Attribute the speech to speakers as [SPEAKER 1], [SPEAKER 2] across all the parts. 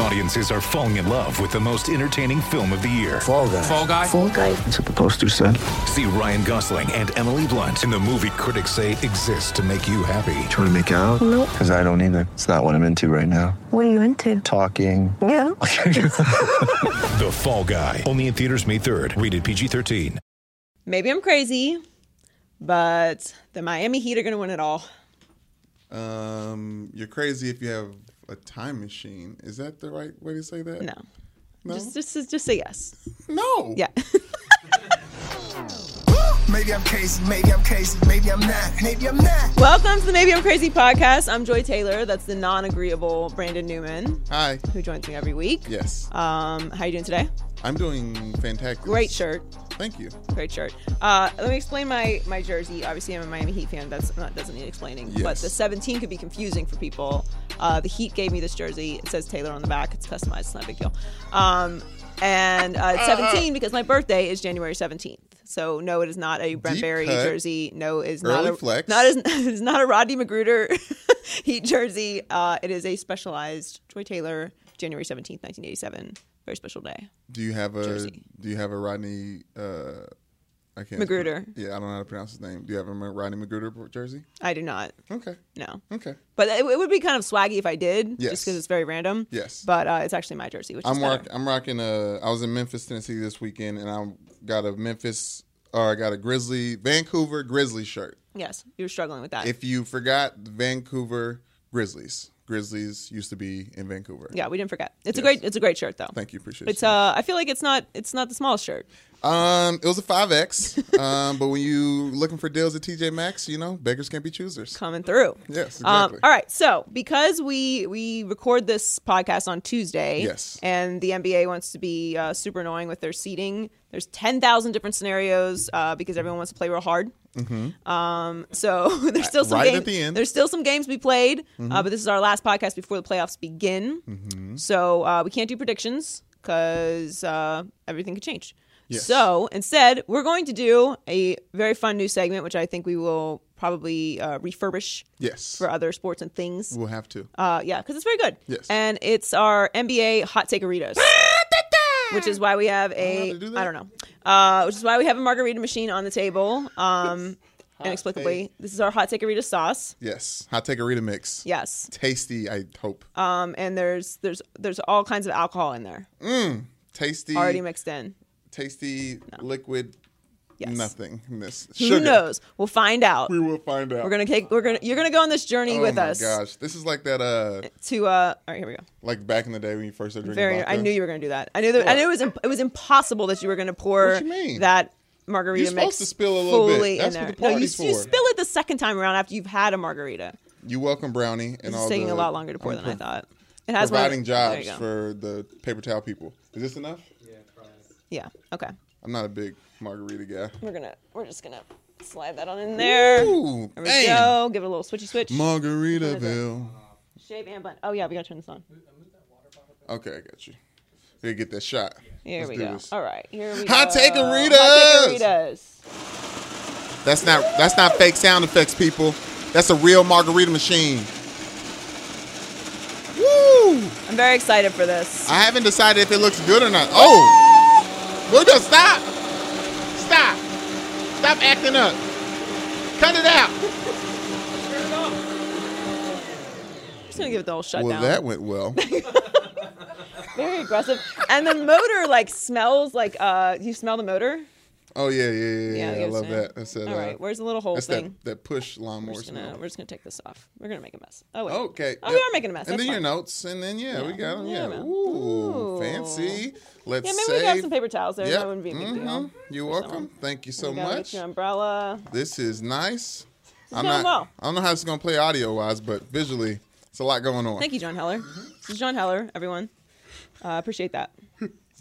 [SPEAKER 1] Audiences are falling in love with the most entertaining film of the year.
[SPEAKER 2] Fall guy.
[SPEAKER 3] Fall guy.
[SPEAKER 4] Fall guy.
[SPEAKER 2] That's what the poster said.
[SPEAKER 1] See Ryan Gosling and Emily Blunt in the movie critics say exists to make you happy.
[SPEAKER 2] Trying to make it out?
[SPEAKER 4] Nope.
[SPEAKER 2] Because I don't either. It's not what I'm into right now.
[SPEAKER 4] What are you into?
[SPEAKER 2] Talking.
[SPEAKER 4] Yeah.
[SPEAKER 1] The Fall Guy. Only in theaters May 3rd. Rated PG-13.
[SPEAKER 5] Maybe I'm crazy, but the Miami Heat are going to win it all.
[SPEAKER 6] Um, you're crazy if you have a time machine. Is that the right way to say that?
[SPEAKER 5] No.
[SPEAKER 6] No.
[SPEAKER 5] Just, just, just say yes.
[SPEAKER 6] no.
[SPEAKER 5] Yeah.
[SPEAKER 7] Maybe I'm crazy, maybe I'm crazy, maybe I'm not, maybe I'm not.
[SPEAKER 5] Welcome to the Maybe I'm Crazy podcast. I'm Joy Taylor. That's the non agreeable Brandon Newman,
[SPEAKER 6] Hi.
[SPEAKER 5] who joins me every week.
[SPEAKER 6] Yes.
[SPEAKER 5] Um, how you doing today?
[SPEAKER 6] I'm doing fantastic.
[SPEAKER 5] Great shirt.
[SPEAKER 6] Thank you.
[SPEAKER 5] Great shirt. Uh, let me explain my, my jersey. Obviously, I'm a Miami Heat fan. That's not doesn't need explaining. But
[SPEAKER 6] Yes.
[SPEAKER 5] the 17 could be confusing for people. Uh, the Heat gave me this jersey. It says Taylor on the back. It's customized. It's not a big deal. Um, and uh, it's 17 because my birthday is January 17th. So no, it is not a Brent
[SPEAKER 6] Deep
[SPEAKER 5] Berry
[SPEAKER 6] cut.
[SPEAKER 5] jersey. No, it is
[SPEAKER 6] Early
[SPEAKER 5] not a
[SPEAKER 6] flex.
[SPEAKER 5] not as it is not a Rodney Magruder Heat jersey. Uh, it is a specialized Joy Taylor January 17th, 1987. Very special day.
[SPEAKER 6] Do you have a
[SPEAKER 5] Jersey.
[SPEAKER 6] Do you have a Rodney? Uh, I can't.
[SPEAKER 5] Magruder.
[SPEAKER 6] Yeah, I don't know how to pronounce his name. Do you have a Rodney Magruder jersey?
[SPEAKER 5] I do not.
[SPEAKER 6] Okay.
[SPEAKER 5] No.
[SPEAKER 6] Okay.
[SPEAKER 5] But it, it would be kind of swaggy if I did, just
[SPEAKER 6] Yes.
[SPEAKER 5] because it's very random.
[SPEAKER 6] Yes.
[SPEAKER 5] But uh, it's actually my jersey, which
[SPEAKER 6] I'm
[SPEAKER 5] is
[SPEAKER 6] rock,
[SPEAKER 5] better.
[SPEAKER 6] I'm rocking a. I was in Memphis, Tennessee this weekend, and I got a Memphis or I got a Grizzly Vancouver Grizzly shirt.
[SPEAKER 5] Yes, you were struggling with that.
[SPEAKER 6] If you forgot Vancouver Grizzlies, Grizzlies used to be in Vancouver.
[SPEAKER 5] yeah, we didn't forget. It's a great, it's a great shirt though.
[SPEAKER 6] Thank you. Appreciate
[SPEAKER 5] It's
[SPEAKER 6] you.
[SPEAKER 5] uh, I feel like it's not, it's not the smallest shirt.
[SPEAKER 6] Um, it was a five X. Um, but when you looking for deals at TJ Maxx, you know beggars can't be choosers.
[SPEAKER 5] Coming through.
[SPEAKER 6] Yes, exactly.
[SPEAKER 5] Um, all right, so because we we record this podcast on Tuesday,
[SPEAKER 6] Yes.
[SPEAKER 5] and the NBA wants to be uh, super annoying with their seating. There's ten thousand different scenarios uh, because everyone wants to play real hard. Um, so there's still some
[SPEAKER 6] Mm-hmm. Right
[SPEAKER 5] games.
[SPEAKER 6] at the end. Mm-hmm.
[SPEAKER 5] There's still some games to be played, uh, but this is our last podcast before the playoffs begin. So uh, we can't do predictions because uh, everything could change.
[SPEAKER 6] Yes.
[SPEAKER 5] So instead, we're going to do a very fun new segment, which I think we will probably uh, refurbish
[SPEAKER 6] Yes,
[SPEAKER 5] for other sports and things.
[SPEAKER 6] we'll have to.
[SPEAKER 5] Uh, yeah, because it's very good.
[SPEAKER 6] Yes.
[SPEAKER 5] And it's our NBA hot takeritas. Which is why we have a
[SPEAKER 6] how to do that?
[SPEAKER 5] I don't know, uh, which is why we have a margarita machine on the table. Um, inexplicably, this is our hot takearita sauce.
[SPEAKER 6] Yes, hot take a Rita mix.
[SPEAKER 5] Yes,
[SPEAKER 6] tasty. I hope
[SPEAKER 5] um, and there's there's there's all kinds of alcohol in there
[SPEAKER 6] tasty.
[SPEAKER 5] already mixed in.
[SPEAKER 6] tasty liquid.
[SPEAKER 5] Yes.
[SPEAKER 6] Nothingness.
[SPEAKER 5] Who knows? We'll find out.
[SPEAKER 6] We will find out.
[SPEAKER 5] We're gonna take we're gonna you're gonna go on this journey
[SPEAKER 6] Oh
[SPEAKER 5] with
[SPEAKER 6] my
[SPEAKER 5] us
[SPEAKER 6] gosh, this is like that. Uh,
[SPEAKER 5] to uh. All right, here we go.
[SPEAKER 6] like back in the day when you first started drinking
[SPEAKER 5] Very.
[SPEAKER 6] vodka.
[SPEAKER 5] I knew you were going to do that. I knew that. I
[SPEAKER 6] What?
[SPEAKER 5] knew it was. Imp- it was impossible that you were going to pour
[SPEAKER 6] What you mean?
[SPEAKER 5] that margarita
[SPEAKER 6] You're supposed
[SPEAKER 5] mix
[SPEAKER 6] to spill a little bit.
[SPEAKER 5] fully
[SPEAKER 6] That's
[SPEAKER 5] in there.
[SPEAKER 6] what the
[SPEAKER 5] no, you,
[SPEAKER 6] party's
[SPEAKER 5] you
[SPEAKER 6] for.
[SPEAKER 5] spill it the second time around after you've had a margarita.
[SPEAKER 6] You welcome brownie and all.
[SPEAKER 5] It's taking
[SPEAKER 6] the-
[SPEAKER 5] a lot longer to pour
[SPEAKER 6] I'm
[SPEAKER 5] than
[SPEAKER 6] pro-
[SPEAKER 5] I thought. It has one of
[SPEAKER 6] Providing
[SPEAKER 5] the- there you
[SPEAKER 6] jobs
[SPEAKER 5] go.
[SPEAKER 6] for the paper towel people. Is this enough?
[SPEAKER 5] Yeah. Okay.
[SPEAKER 6] I'm not a big margarita guy.
[SPEAKER 5] We're gonna. We're just gonna slide that on in there.
[SPEAKER 6] Ooh,
[SPEAKER 5] There we
[SPEAKER 6] man.
[SPEAKER 5] go. Give it a little switchy switch.
[SPEAKER 6] Margaritaville.
[SPEAKER 5] Shave and blend. Oh yeah, we gotta turn this on.
[SPEAKER 6] Okay, I got you. You get that shot.
[SPEAKER 5] Here
[SPEAKER 6] Let's
[SPEAKER 5] we
[SPEAKER 6] do
[SPEAKER 5] go.
[SPEAKER 6] this.
[SPEAKER 5] All right. Here we
[SPEAKER 6] Hot
[SPEAKER 5] go.
[SPEAKER 6] Takeritas!
[SPEAKER 5] Hot Takeritas.
[SPEAKER 6] That's not that's not fake sound effects, people. That's a real margarita machine. Woo!
[SPEAKER 5] I'm very excited for this.
[SPEAKER 6] I haven't decided if it looks good or not. Oh! No, no, stop! Stop! Stop acting up! Cut it out!
[SPEAKER 5] I'm just gonna give it the whole shutdown.
[SPEAKER 6] Well, that went well.
[SPEAKER 5] very aggressive. And the motor like smells like uh you smell the motor?
[SPEAKER 6] Oh yeah, yeah, yeah,
[SPEAKER 5] Yeah,
[SPEAKER 6] yeah.
[SPEAKER 5] I
[SPEAKER 6] I love
[SPEAKER 5] guess, yeah.
[SPEAKER 6] that. That's that.
[SPEAKER 5] All
[SPEAKER 6] uh,
[SPEAKER 5] right, where's the little hole
[SPEAKER 6] that's
[SPEAKER 5] thing?
[SPEAKER 6] that, that push lawnmower.
[SPEAKER 5] We're just gonna
[SPEAKER 6] smell.
[SPEAKER 5] we're just gonna take this off. We're gonna make a mess. Oh wait.
[SPEAKER 6] Okay.
[SPEAKER 5] Oh, we
[SPEAKER 6] yep.
[SPEAKER 5] are making a mess.
[SPEAKER 6] And
[SPEAKER 5] That's fine.
[SPEAKER 6] then your notes, and then yeah, we got them.
[SPEAKER 5] Yeah,
[SPEAKER 6] Yeah.
[SPEAKER 5] no. Ooh.
[SPEAKER 6] Ooh, fancy. Let's
[SPEAKER 5] Yeah, maybe
[SPEAKER 6] save.
[SPEAKER 5] we got some paper towels there.
[SPEAKER 6] Yep.
[SPEAKER 5] That wouldn't be a big deal.
[SPEAKER 6] Mhm. You're welcome. Thank you so
[SPEAKER 5] You gotta get
[SPEAKER 6] much.
[SPEAKER 5] your umbrella.
[SPEAKER 6] This is nice. I'm
[SPEAKER 5] going
[SPEAKER 6] not.
[SPEAKER 5] well.
[SPEAKER 6] I don't know how it's gonna play audio wise, but visually, it's a lot going on.
[SPEAKER 5] Thank you, John Heller. This is John Heller, everyone. Uh, appreciate that.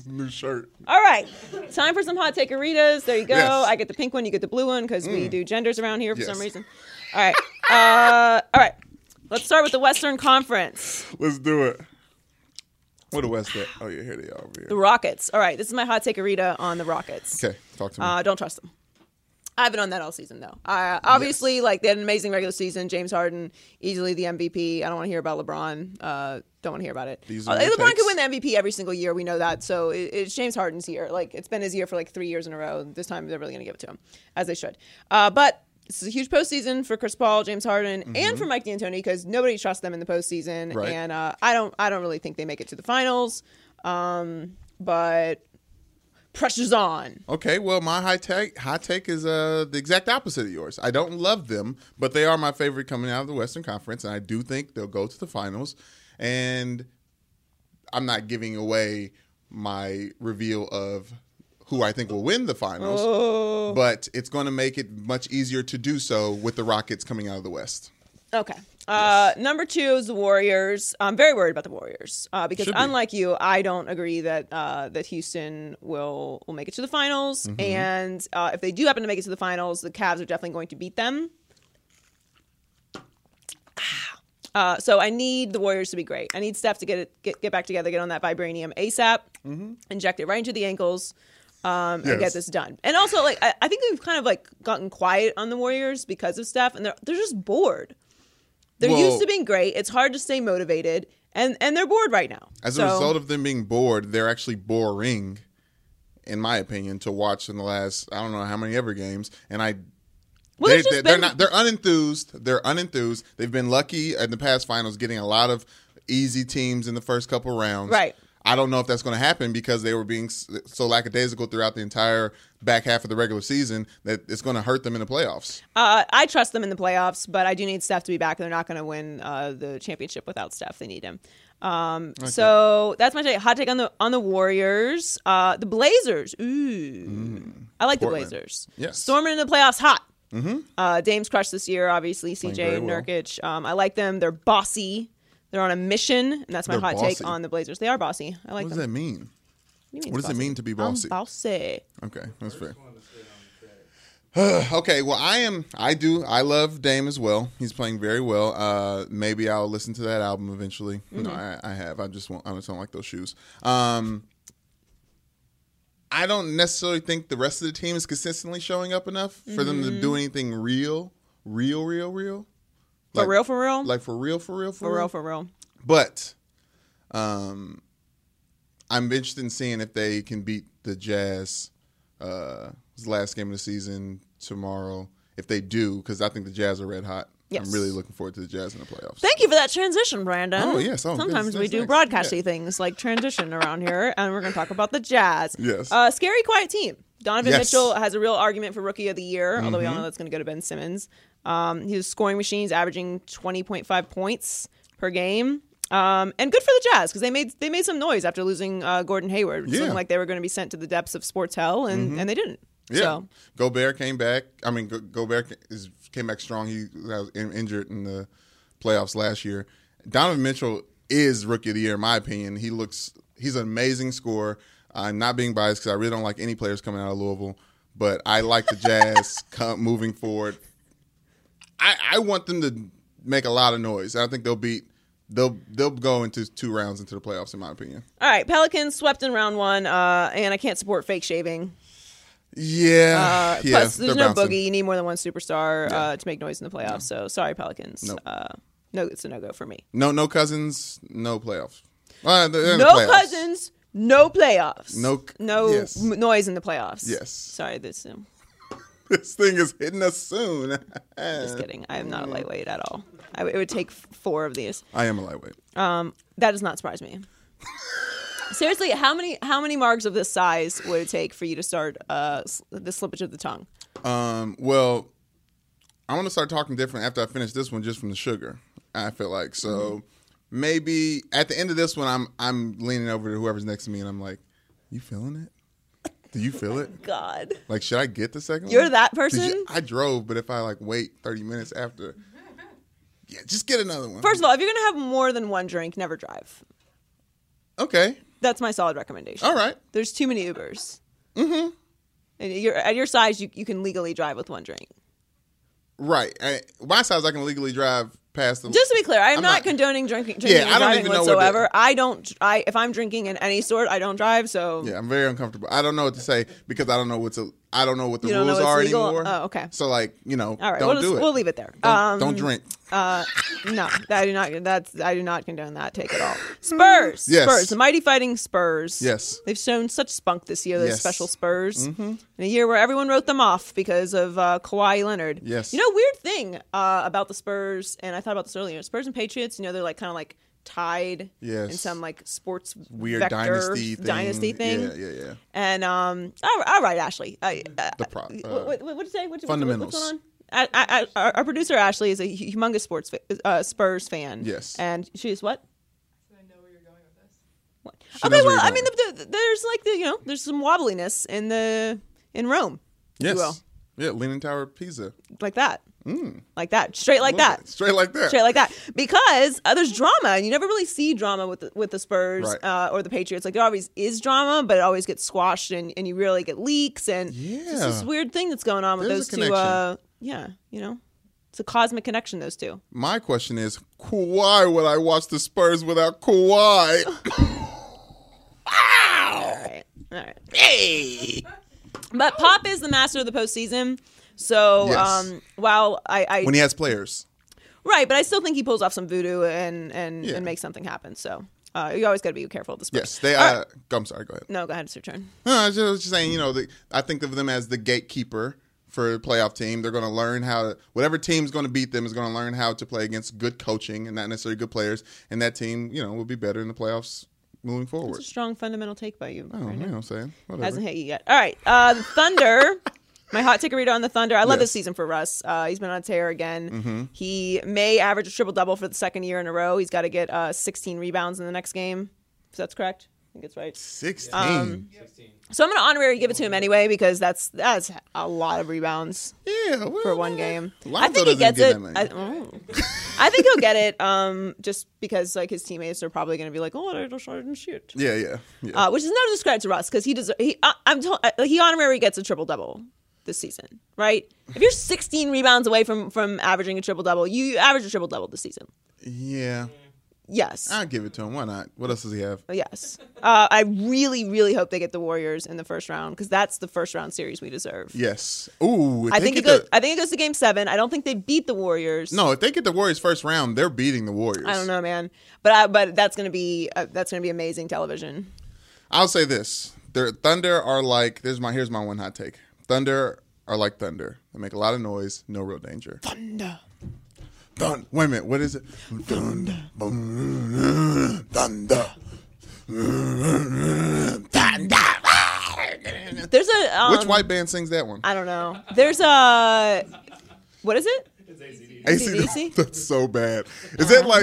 [SPEAKER 6] New shirt.
[SPEAKER 5] All right, time for some hot takeritas. There you go.
[SPEAKER 6] Yes. Mm.
[SPEAKER 5] I get the pink one, you get the blue one because we do genders around here for some
[SPEAKER 6] Yes.
[SPEAKER 5] reason. All right, uh, all right. Let's start with the Western Conference.
[SPEAKER 6] Let's do it. Where the West at? Oh yeah, here they are over here.
[SPEAKER 5] The Rockets. All right, this is my hot take, Arita, on the Rockets.
[SPEAKER 6] Okay, talk to me.
[SPEAKER 5] Uh, don't trust them. I've been on that all season, though. Uh, obviously, like they had an amazing regular season. James Harden, easily the MVP. I don't want to hear about LeBron. Uh, don't want to hear about it.
[SPEAKER 6] These
[SPEAKER 5] Uh,
[SPEAKER 6] are your
[SPEAKER 5] LeBron
[SPEAKER 6] picks.
[SPEAKER 5] could win the MVP every single year. We know that. So it, it's James Harden's year. Like it's been his year for like three years in a row. This time they're really going to give it to him, as they should. Uh, but this is a huge postseason for Chris Paul, James Harden, and for Mike D'Antoni because nobody trusts them in the postseason.
[SPEAKER 6] Mm-hmm. Right.
[SPEAKER 5] And uh, I don't, I don't really think they make it to the finals. Um, but pressure's on.
[SPEAKER 6] Okay, well, my high take high take is uh, the exact opposite of yours. I don't love them, but they are my favorite coming out of the Western Conference, and I do think they'll go to the finals. And I'm not giving away my reveal of who I think will win the finals, but it's going to make it much easier to do so with the Rockets coming out of the West.
[SPEAKER 5] Okay. Uh, Number two is the Warriors. I'm very worried about the Warriors uh, because,
[SPEAKER 6] Should be.
[SPEAKER 5] unlike you, I don't agree that uh, that Houston will will make it to the finals.
[SPEAKER 6] Mm-hmm.
[SPEAKER 5] And uh, if they do happen to make it to the finals, the Cavs are definitely going to beat them. Uh, so I need the Warriors to be great. I need Steph to get it get, get back together, get on that vibranium ASAP, inject it right into the ankles, um, and
[SPEAKER 6] Mm-hmm. Yes.
[SPEAKER 5] get this done. And also, like I, I think we've kind of like gotten quiet on the Warriors because of Steph, and they're they're just bored. They're
[SPEAKER 6] Well-
[SPEAKER 5] used to being great. It's hard to stay motivated, and and they're bored right now.
[SPEAKER 6] As
[SPEAKER 5] So-
[SPEAKER 6] a result of them being bored, they're actually boring, in my opinion, to watch in the last I don't know how many ever games. And I,
[SPEAKER 5] Well,
[SPEAKER 6] they,
[SPEAKER 5] it's just
[SPEAKER 6] they, are
[SPEAKER 5] been-
[SPEAKER 6] not they're unenthused. They're unenthused. They've been lucky in the past finals getting a lot of easy teams in the first couple rounds.
[SPEAKER 5] Right.
[SPEAKER 6] I don't know if that's going to happen because they were being s- so lackadaisical throughout the entire back half of the regular season that it's going to hurt them in the playoffs.
[SPEAKER 5] Uh, I trust them in the playoffs, but I do need Steph to be back. They're not going to win uh, the championship without Steph. They need him. Um, So that's my take. hot take on the on the Warriors, uh, the Blazers. Ooh, I like
[SPEAKER 6] Mm. Portland.
[SPEAKER 5] the Blazers.
[SPEAKER 6] Yes.
[SPEAKER 5] storming in the playoffs, hot. Mm-hmm. Uh, Dame's crushed this year, obviously. CJ
[SPEAKER 6] very
[SPEAKER 5] and
[SPEAKER 6] well.
[SPEAKER 5] Nurkic. Um, I like them. They're bossy. They're on a mission, and that's my
[SPEAKER 6] They're
[SPEAKER 5] hot
[SPEAKER 6] bossy.
[SPEAKER 5] take on the Blazers. They are bossy. I like
[SPEAKER 6] What does
[SPEAKER 5] them.
[SPEAKER 6] that mean?
[SPEAKER 5] What, do you
[SPEAKER 6] What does it
[SPEAKER 5] bossy?
[SPEAKER 6] mean to be
[SPEAKER 5] I'm
[SPEAKER 6] bossy?
[SPEAKER 5] bossy.
[SPEAKER 6] Okay, that's fair. okay, well, I am. I do. I love Dame as well. He's playing very well. Uh, maybe I'll listen to that album eventually.
[SPEAKER 5] Mm-hmm.
[SPEAKER 6] No, I, I have. I just won't. I just don't like those shoes. Um, I don't necessarily think the rest of the team is consistently showing up enough for them to
[SPEAKER 5] Mm-hmm.
[SPEAKER 6] do anything real, real, real, real.
[SPEAKER 5] For real, for real?
[SPEAKER 6] Like for real, for real, for,
[SPEAKER 5] For
[SPEAKER 6] real,
[SPEAKER 5] real, for real.
[SPEAKER 6] but um, I'm interested in seeing if they can beat the Jazz. Uh, it's the last game of the season tomorrow. If they do, because I think the Jazz are red hot.
[SPEAKER 5] Yes.
[SPEAKER 6] I'm really looking forward to the Jazz in the playoffs.
[SPEAKER 5] Thank you for that transition, Brandon.
[SPEAKER 6] Oh, yes. Oh,
[SPEAKER 5] Sometimes
[SPEAKER 6] yes,
[SPEAKER 5] we
[SPEAKER 6] yes,
[SPEAKER 5] do
[SPEAKER 6] yes.
[SPEAKER 5] broadcasty
[SPEAKER 6] Yeah.
[SPEAKER 5] things like transition around here, and we're going to talk about the Jazz.
[SPEAKER 6] Yes.
[SPEAKER 5] Uh, scary, quiet team. Donovan
[SPEAKER 6] Yes. Mm-hmm.
[SPEAKER 5] Mitchell has a real argument for Rookie of the Year, although we all know that's going to go to Ben Simmons. Um, he's a scoring machine. He's averaging 20.5 points per game. Um, and good for the Jazz because they made they made some noise after losing uh, Gordon Hayward. It
[SPEAKER 6] Yeah. Mm-hmm.
[SPEAKER 5] looked like they were going to be sent to the depths of sports hell, and, and they didn't.
[SPEAKER 6] Yeah,
[SPEAKER 5] So,
[SPEAKER 6] Gobert came back. I mean, Go- Gobert ca- is, came back strong. He was in- injured in the playoffs last year. Donovan Mitchell is rookie of the year, in my opinion. He looks he's an amazing scorer. I'm not being biased because I really don't like any players coming out of Louisville, but I like the Jazz come, moving forward. I, I want them to make a lot of noise. I think they'll beat. They'll they'll go into two rounds into the playoffs, in my opinion.
[SPEAKER 5] all right, Pelicans swept in round one, uh, and I can't support fake shaving.
[SPEAKER 6] Yeah,
[SPEAKER 5] Uh,
[SPEAKER 6] yeah.
[SPEAKER 5] plus, there's
[SPEAKER 6] they're
[SPEAKER 5] no
[SPEAKER 6] bouncing.
[SPEAKER 5] boogie. You need more than one superstar uh, to make noise in the playoffs. So sorry, Pelicans.
[SPEAKER 6] Nope.
[SPEAKER 5] Uh, no, it's a no go for me.
[SPEAKER 6] No, no cousins, no playoffs. Uh, they're in the
[SPEAKER 5] No
[SPEAKER 6] playoffs.
[SPEAKER 5] cousins, no playoffs.
[SPEAKER 6] No c-
[SPEAKER 5] no
[SPEAKER 6] yes.
[SPEAKER 5] m- noise in the playoffs.
[SPEAKER 6] Yes.
[SPEAKER 5] Sorry, this. Um,
[SPEAKER 6] This thing is hitting us soon. Uh,
[SPEAKER 5] just kidding. I am not
[SPEAKER 6] mm.
[SPEAKER 5] a lightweight at all. I, it would take f- four of these.
[SPEAKER 6] I am a lightweight.
[SPEAKER 5] That does not surprise me. Seriously, how many how many marks of this size would it take for you to start uh, s- the slippage of the tongue?
[SPEAKER 6] Um, well, I want to start talking different after I finish this one, just from the sugar. I feel like so.
[SPEAKER 5] Mm-hmm.
[SPEAKER 6] Maybe at the end of this one, I'm I'm leaning over to whoever's next to me, and I'm like, "You feeling it? Do you feel it?
[SPEAKER 5] God.
[SPEAKER 6] Like, should I get the second?
[SPEAKER 5] You're
[SPEAKER 6] one?
[SPEAKER 5] that
[SPEAKER 6] Did you-
[SPEAKER 5] person?
[SPEAKER 6] I drove, but if I like wait 30 minutes after, yeah, just get another one.
[SPEAKER 5] First of all, if you're gonna have more than one drink, never drive.
[SPEAKER 6] okay,
[SPEAKER 5] That's my solid recommendation.
[SPEAKER 6] all right.
[SPEAKER 5] There's too many Ubers. Mm-hmm. And you're, at your size, you, you can legally drive with one drink.
[SPEAKER 6] Right. I, my size, I can legally drive past the.
[SPEAKER 5] Just to be clear, I am
[SPEAKER 6] I'm
[SPEAKER 5] not,
[SPEAKER 6] not-
[SPEAKER 5] condoning drinking, drinking and
[SPEAKER 6] I don't
[SPEAKER 5] driving
[SPEAKER 6] even know what to-
[SPEAKER 5] whatsoever. I don't. I if I'm drinking in any sort, I don't drive. So
[SPEAKER 6] Yeah, I'm very uncomfortable. I don't know what to say because I don't know what to. I don't know what the
[SPEAKER 5] You don't know
[SPEAKER 6] rules
[SPEAKER 5] what's
[SPEAKER 6] are
[SPEAKER 5] legal?
[SPEAKER 6] anymore.
[SPEAKER 5] Oh, okay.
[SPEAKER 6] So like, you know,
[SPEAKER 5] all right,
[SPEAKER 6] don't
[SPEAKER 5] we'll,
[SPEAKER 6] do
[SPEAKER 5] just,
[SPEAKER 6] it.
[SPEAKER 5] we'll leave it there.
[SPEAKER 6] Don't,
[SPEAKER 5] um,
[SPEAKER 6] don't drink.
[SPEAKER 5] Uh, no, I do not. That's I do not condone that take at all. Spurs,
[SPEAKER 6] Yes.
[SPEAKER 5] Spurs, the mighty fighting Spurs.
[SPEAKER 6] Yes.
[SPEAKER 5] they've shown such spunk this year. Those
[SPEAKER 6] Yes. Mm-hmm.
[SPEAKER 5] special Spurs in a year where everyone wrote them off because of uh, Kawhi Leonard.
[SPEAKER 6] Yes.
[SPEAKER 5] you know, weird thing uh, about the Spurs, and I thought about this earlier. Spurs and Patriots, you know, they're like kind of like tied
[SPEAKER 6] Yes.
[SPEAKER 5] in some like sports
[SPEAKER 6] Weird
[SPEAKER 5] vector,
[SPEAKER 6] dynasty thing.
[SPEAKER 5] dynasty thing.
[SPEAKER 6] Yeah, yeah, yeah.
[SPEAKER 5] And um, all, all right, Ashley. I, I,
[SPEAKER 6] The pro-
[SPEAKER 5] I-
[SPEAKER 6] uh,
[SPEAKER 5] what, what, what'd you say? What,
[SPEAKER 6] fundamentals.
[SPEAKER 5] What's going on? I, I, I, our- our producer Ashley is a hu- humongous sports fa- uh, Spurs fan.
[SPEAKER 6] Yes.
[SPEAKER 5] and she's what? What?
[SPEAKER 6] She
[SPEAKER 5] Okay,
[SPEAKER 6] knows
[SPEAKER 5] well,
[SPEAKER 6] where you're
[SPEAKER 5] I mean,
[SPEAKER 6] going.
[SPEAKER 5] the, the, there's like the you know, there's some wobbliness in the in Rome,
[SPEAKER 6] Yes.
[SPEAKER 5] will.
[SPEAKER 6] Yeah, Leaning Tower of Pisa.
[SPEAKER 5] like that, like that, straight like
[SPEAKER 6] Mm. Love
[SPEAKER 5] that,
[SPEAKER 6] it. Straight like that.
[SPEAKER 5] straight like that, because uh, there's drama, and you never really see drama with the, with the Spurs
[SPEAKER 6] Right.
[SPEAKER 5] uh, or the Patriots. Like there always is drama, but it always gets squashed, and, and you really get leaks, and it's just this
[SPEAKER 6] Yeah.
[SPEAKER 5] weird thing that's going on with
[SPEAKER 6] There's a
[SPEAKER 5] those two. Uh, yeah, you know, it's a cosmic connection. Those two.
[SPEAKER 6] My question is, Kawhi would I watch the Spurs without Kawhi?
[SPEAKER 5] All right. All right. Hey. But Pop is the master of the postseason. So
[SPEAKER 6] Yes.
[SPEAKER 5] um, while I, I
[SPEAKER 6] when he has players.
[SPEAKER 5] right, but I still think he pulls off some voodoo and and,
[SPEAKER 6] Yeah.
[SPEAKER 5] and makes something happen. So uh, you always got to be careful of this.
[SPEAKER 6] Yes, they. Uh, I'm sorry. Go ahead.
[SPEAKER 5] No, go ahead. It's your turn.
[SPEAKER 6] No, I was just I was just saying, you know, the, I think of them as the gatekeeper for the playoff team. They're going to learn how to, whatever team's going to beat them is going to learn how to play against good coaching and not necessarily good players. And that team, you know, will be better in the playoffs moving forward.
[SPEAKER 5] It's a strong fundamental take by you.
[SPEAKER 6] Oh, you
[SPEAKER 5] Brandon.
[SPEAKER 6] know what I'm saying? Whatever.
[SPEAKER 5] Hasn't hit you yet. All right. Uh, the Thunder. My hot ticker reader on the Thunder. I love this
[SPEAKER 6] Yes. Mm-hmm.
[SPEAKER 5] season for Russ. Uh, he's been on a tear again. He may average a triple double for the second year in a row. He's got to get uh, 16 rebounds in the next game. If that's correct, I think it's right.
[SPEAKER 6] 16.
[SPEAKER 5] um, So I'm going to honorary give it to him anyway because that's that's a lot of rebounds
[SPEAKER 6] yeah. well,
[SPEAKER 5] for one game. I
[SPEAKER 6] Lonzo
[SPEAKER 5] think he
[SPEAKER 6] doesn't
[SPEAKER 5] gets
[SPEAKER 6] get
[SPEAKER 5] it.
[SPEAKER 6] that many.
[SPEAKER 5] I, oh. I think he'll get it. Um, just because like his teammates are probably going to be like, oh, I just I didn't shoot.
[SPEAKER 6] Yeah, yeah. yeah.
[SPEAKER 5] Uh, which is no discredit to Russ because he does. He, I, I'm told uh, he honorary gets a triple double this season, right? If you're 16 rebounds away from from averaging a triple double, you you average a triple double this season.
[SPEAKER 6] yeah.
[SPEAKER 5] Yes, Oh,
[SPEAKER 6] I'll give it to him. Why not? What else does he have?
[SPEAKER 5] yes. Uh, I really, really hope they get the Warriors in the first round because that's the first round series we deserve.
[SPEAKER 6] Yes. Ooh. if
[SPEAKER 5] I
[SPEAKER 6] they
[SPEAKER 5] think it
[SPEAKER 6] get the-
[SPEAKER 5] goes. I think it goes to Game Seven. I don't think they beat the Warriors.
[SPEAKER 6] no, if they get the Warriors first round, they're beating the Warriors.
[SPEAKER 5] I don't know, man. But I, but that's gonna be uh, that's gonna be amazing television.
[SPEAKER 6] I'll say this: Their Thunder are like. There's my here's my one hot take. Thunder are like thunder. They make a lot of noise, no real danger. Thunder. Thunder. Wait a minute. What is it? Thunder. Thunder. Thunder.
[SPEAKER 5] There's a um,
[SPEAKER 6] Which white band sings that one?
[SPEAKER 5] I don't know. There's a what is it? AC/DC?
[SPEAKER 6] AC/DC. That's so bad. Is that like?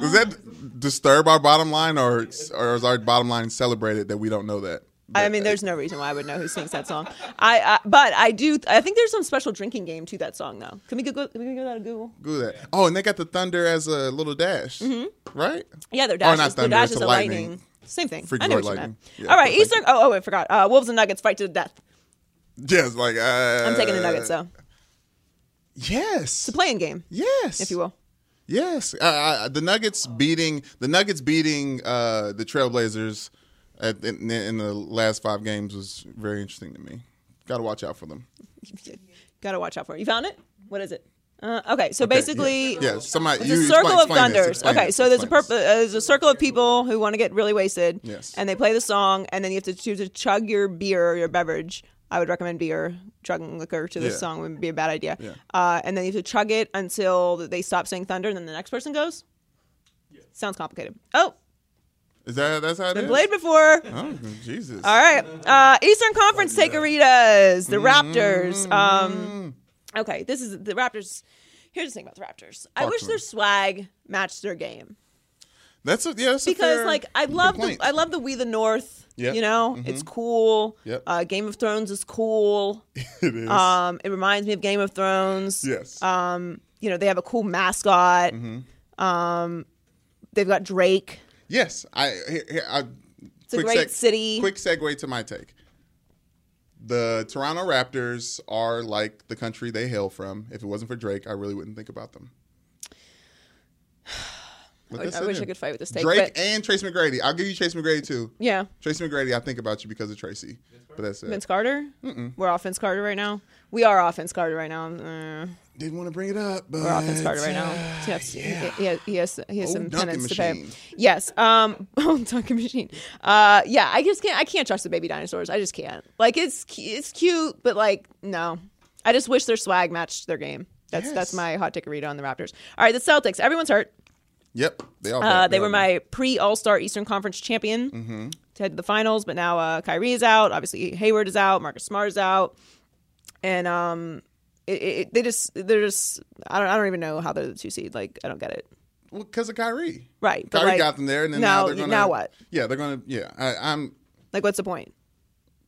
[SPEAKER 6] Does that disturb our bottom line, or or is our bottom line celebrated that we don't know that?
[SPEAKER 5] I mean, there's no reason why I would know who sings that song. I, I but I do. I think there's some special drinking game to that song, though. Can we go? Can we go that a Google?
[SPEAKER 6] Google that. Oh, and they got the thunder as a little dash, right?
[SPEAKER 5] Mm-hmm. Yeah, they're
[SPEAKER 6] Or
[SPEAKER 5] dashes.
[SPEAKER 6] Oh,
[SPEAKER 5] they're
[SPEAKER 6] not thunder,
[SPEAKER 5] dashes
[SPEAKER 6] it's a
[SPEAKER 5] are lightning.
[SPEAKER 6] lightning.
[SPEAKER 5] Same thing.
[SPEAKER 6] Freak
[SPEAKER 5] I know
[SPEAKER 6] Lord
[SPEAKER 5] what you
[SPEAKER 6] lightning.
[SPEAKER 5] meant.
[SPEAKER 6] Yeah,
[SPEAKER 5] All right,
[SPEAKER 6] thank
[SPEAKER 5] Eastern. Oh, oh, I forgot. Uh, Wolves and Nuggets fight to the death.
[SPEAKER 6] Yes, like uh,
[SPEAKER 5] I'm taking the Nuggets, though.
[SPEAKER 6] Yes,
[SPEAKER 5] The playing game,
[SPEAKER 6] yes,
[SPEAKER 5] if you will.
[SPEAKER 6] Yes, uh, uh, the Nuggets beating the Nuggets beating uh, the Trailblazers at, in, in the last five games was very interesting to me. Got to watch out for them.
[SPEAKER 5] Got to watch out for it. You found it? What is it? Uh, okay, so
[SPEAKER 6] Okay,
[SPEAKER 5] basically,
[SPEAKER 6] yeah, yeah, somebody.
[SPEAKER 5] It's
[SPEAKER 6] you
[SPEAKER 5] a
[SPEAKER 6] explain-
[SPEAKER 5] circle of
[SPEAKER 6] explain this,
[SPEAKER 5] thunders.
[SPEAKER 6] explain
[SPEAKER 5] Okay,
[SPEAKER 6] this,
[SPEAKER 5] so there's a
[SPEAKER 6] explain
[SPEAKER 5] purpose.
[SPEAKER 6] this.
[SPEAKER 5] There's a circle of people who want to get really wasted.
[SPEAKER 6] Yes.
[SPEAKER 5] And they play the song, and then you have to choose to chug your beer or your beverage. I would recommend beer. Chugging liquor to this
[SPEAKER 6] Yeah.
[SPEAKER 5] song would be a bad idea.
[SPEAKER 6] Yeah.
[SPEAKER 5] Uh, and then you have to chug it until they stop saying thunder, and then the next person goes. Sounds complicated. Oh,
[SPEAKER 6] Is that that's how it is?
[SPEAKER 5] been played before.
[SPEAKER 6] Oh, Jesus.
[SPEAKER 5] All right. Uh, Eastern Conference takeritas, the
[SPEAKER 6] Mm-hmm.
[SPEAKER 5] Raptors. Um, okay, this is the Raptors. Here's the thing about the Raptors. I
[SPEAKER 6] Talk
[SPEAKER 5] wish
[SPEAKER 6] to
[SPEAKER 5] their
[SPEAKER 6] me.
[SPEAKER 5] swag matched their game
[SPEAKER 6] That's a, yeah. That's a
[SPEAKER 5] because
[SPEAKER 6] fair
[SPEAKER 5] like I love the,
[SPEAKER 6] complaint.
[SPEAKER 5] I love the We the North.
[SPEAKER 6] Yep. Mm-hmm.
[SPEAKER 5] You know, it's cool.
[SPEAKER 6] Yep.
[SPEAKER 5] Uh, Game of Thrones is cool.
[SPEAKER 6] it is.
[SPEAKER 5] Um, it reminds me of Game of Thrones.
[SPEAKER 6] yes.
[SPEAKER 5] You know, they have a cool mascot. Um,
[SPEAKER 6] Mm-hmm.
[SPEAKER 5] they've got Drake.
[SPEAKER 6] Yes, I. Here, here, I it's
[SPEAKER 5] a great city.
[SPEAKER 6] Quick segue to my take. The Toronto Raptors are like the country they hail from. If it wasn't for Drake, I really wouldn't think about them. Let
[SPEAKER 5] I would-
[SPEAKER 6] that
[SPEAKER 5] I
[SPEAKER 6] sit
[SPEAKER 5] wish I
[SPEAKER 6] in.
[SPEAKER 5] could fight with this take,
[SPEAKER 6] Drake
[SPEAKER 5] but-
[SPEAKER 6] and Trace McGrady. I'll give you Trace McGrady too.
[SPEAKER 5] Yeah.
[SPEAKER 6] Trace McGrady, I think about you because of Tracy. But that's it.
[SPEAKER 5] Vince Carter? We're off Vince Carter right now. We are off Vince Carter right now. Uh,
[SPEAKER 6] Didn't want to bring it up, but
[SPEAKER 5] we're off Vince Carter right now. He has, he has, he has, he has
[SPEAKER 6] Old
[SPEAKER 5] some
[SPEAKER 6] Dunkin'
[SPEAKER 5] tenants
[SPEAKER 6] machine.
[SPEAKER 5] to pay. Yes. Um. Oh, Dunkin' Machine. Uh. Yeah. I just can't. I can't trust the baby dinosaurs. I just can't. Like it's cu- it's cute, but like no. I just wish their swag matched their game. That's that's
[SPEAKER 6] Yes.
[SPEAKER 5] my hot take read on the Raptors. All right, the Celtics. Everyone's hurt.
[SPEAKER 6] Yep, they
[SPEAKER 5] Uh,
[SPEAKER 6] all. back.
[SPEAKER 5] they
[SPEAKER 6] all
[SPEAKER 5] were
[SPEAKER 6] back.
[SPEAKER 5] my pre All Star Eastern Conference champion. Mm-hmm. To head to the finals, but now uh, Kyrie is out. Obviously, Hayward is out. Marcus Smart is out, and um, it, it, it- they just they're just I don't I don't even know how they're the two seed. Like I don't get it.
[SPEAKER 6] Well, because of Kyrie.
[SPEAKER 5] Right, but
[SPEAKER 6] Kyrie
[SPEAKER 5] like,
[SPEAKER 6] got them there, and then
[SPEAKER 5] now-
[SPEAKER 6] now they're gonna.
[SPEAKER 5] now what?
[SPEAKER 6] Yeah, they're gonna. Yeah, I, I'm.
[SPEAKER 5] Like what's the point?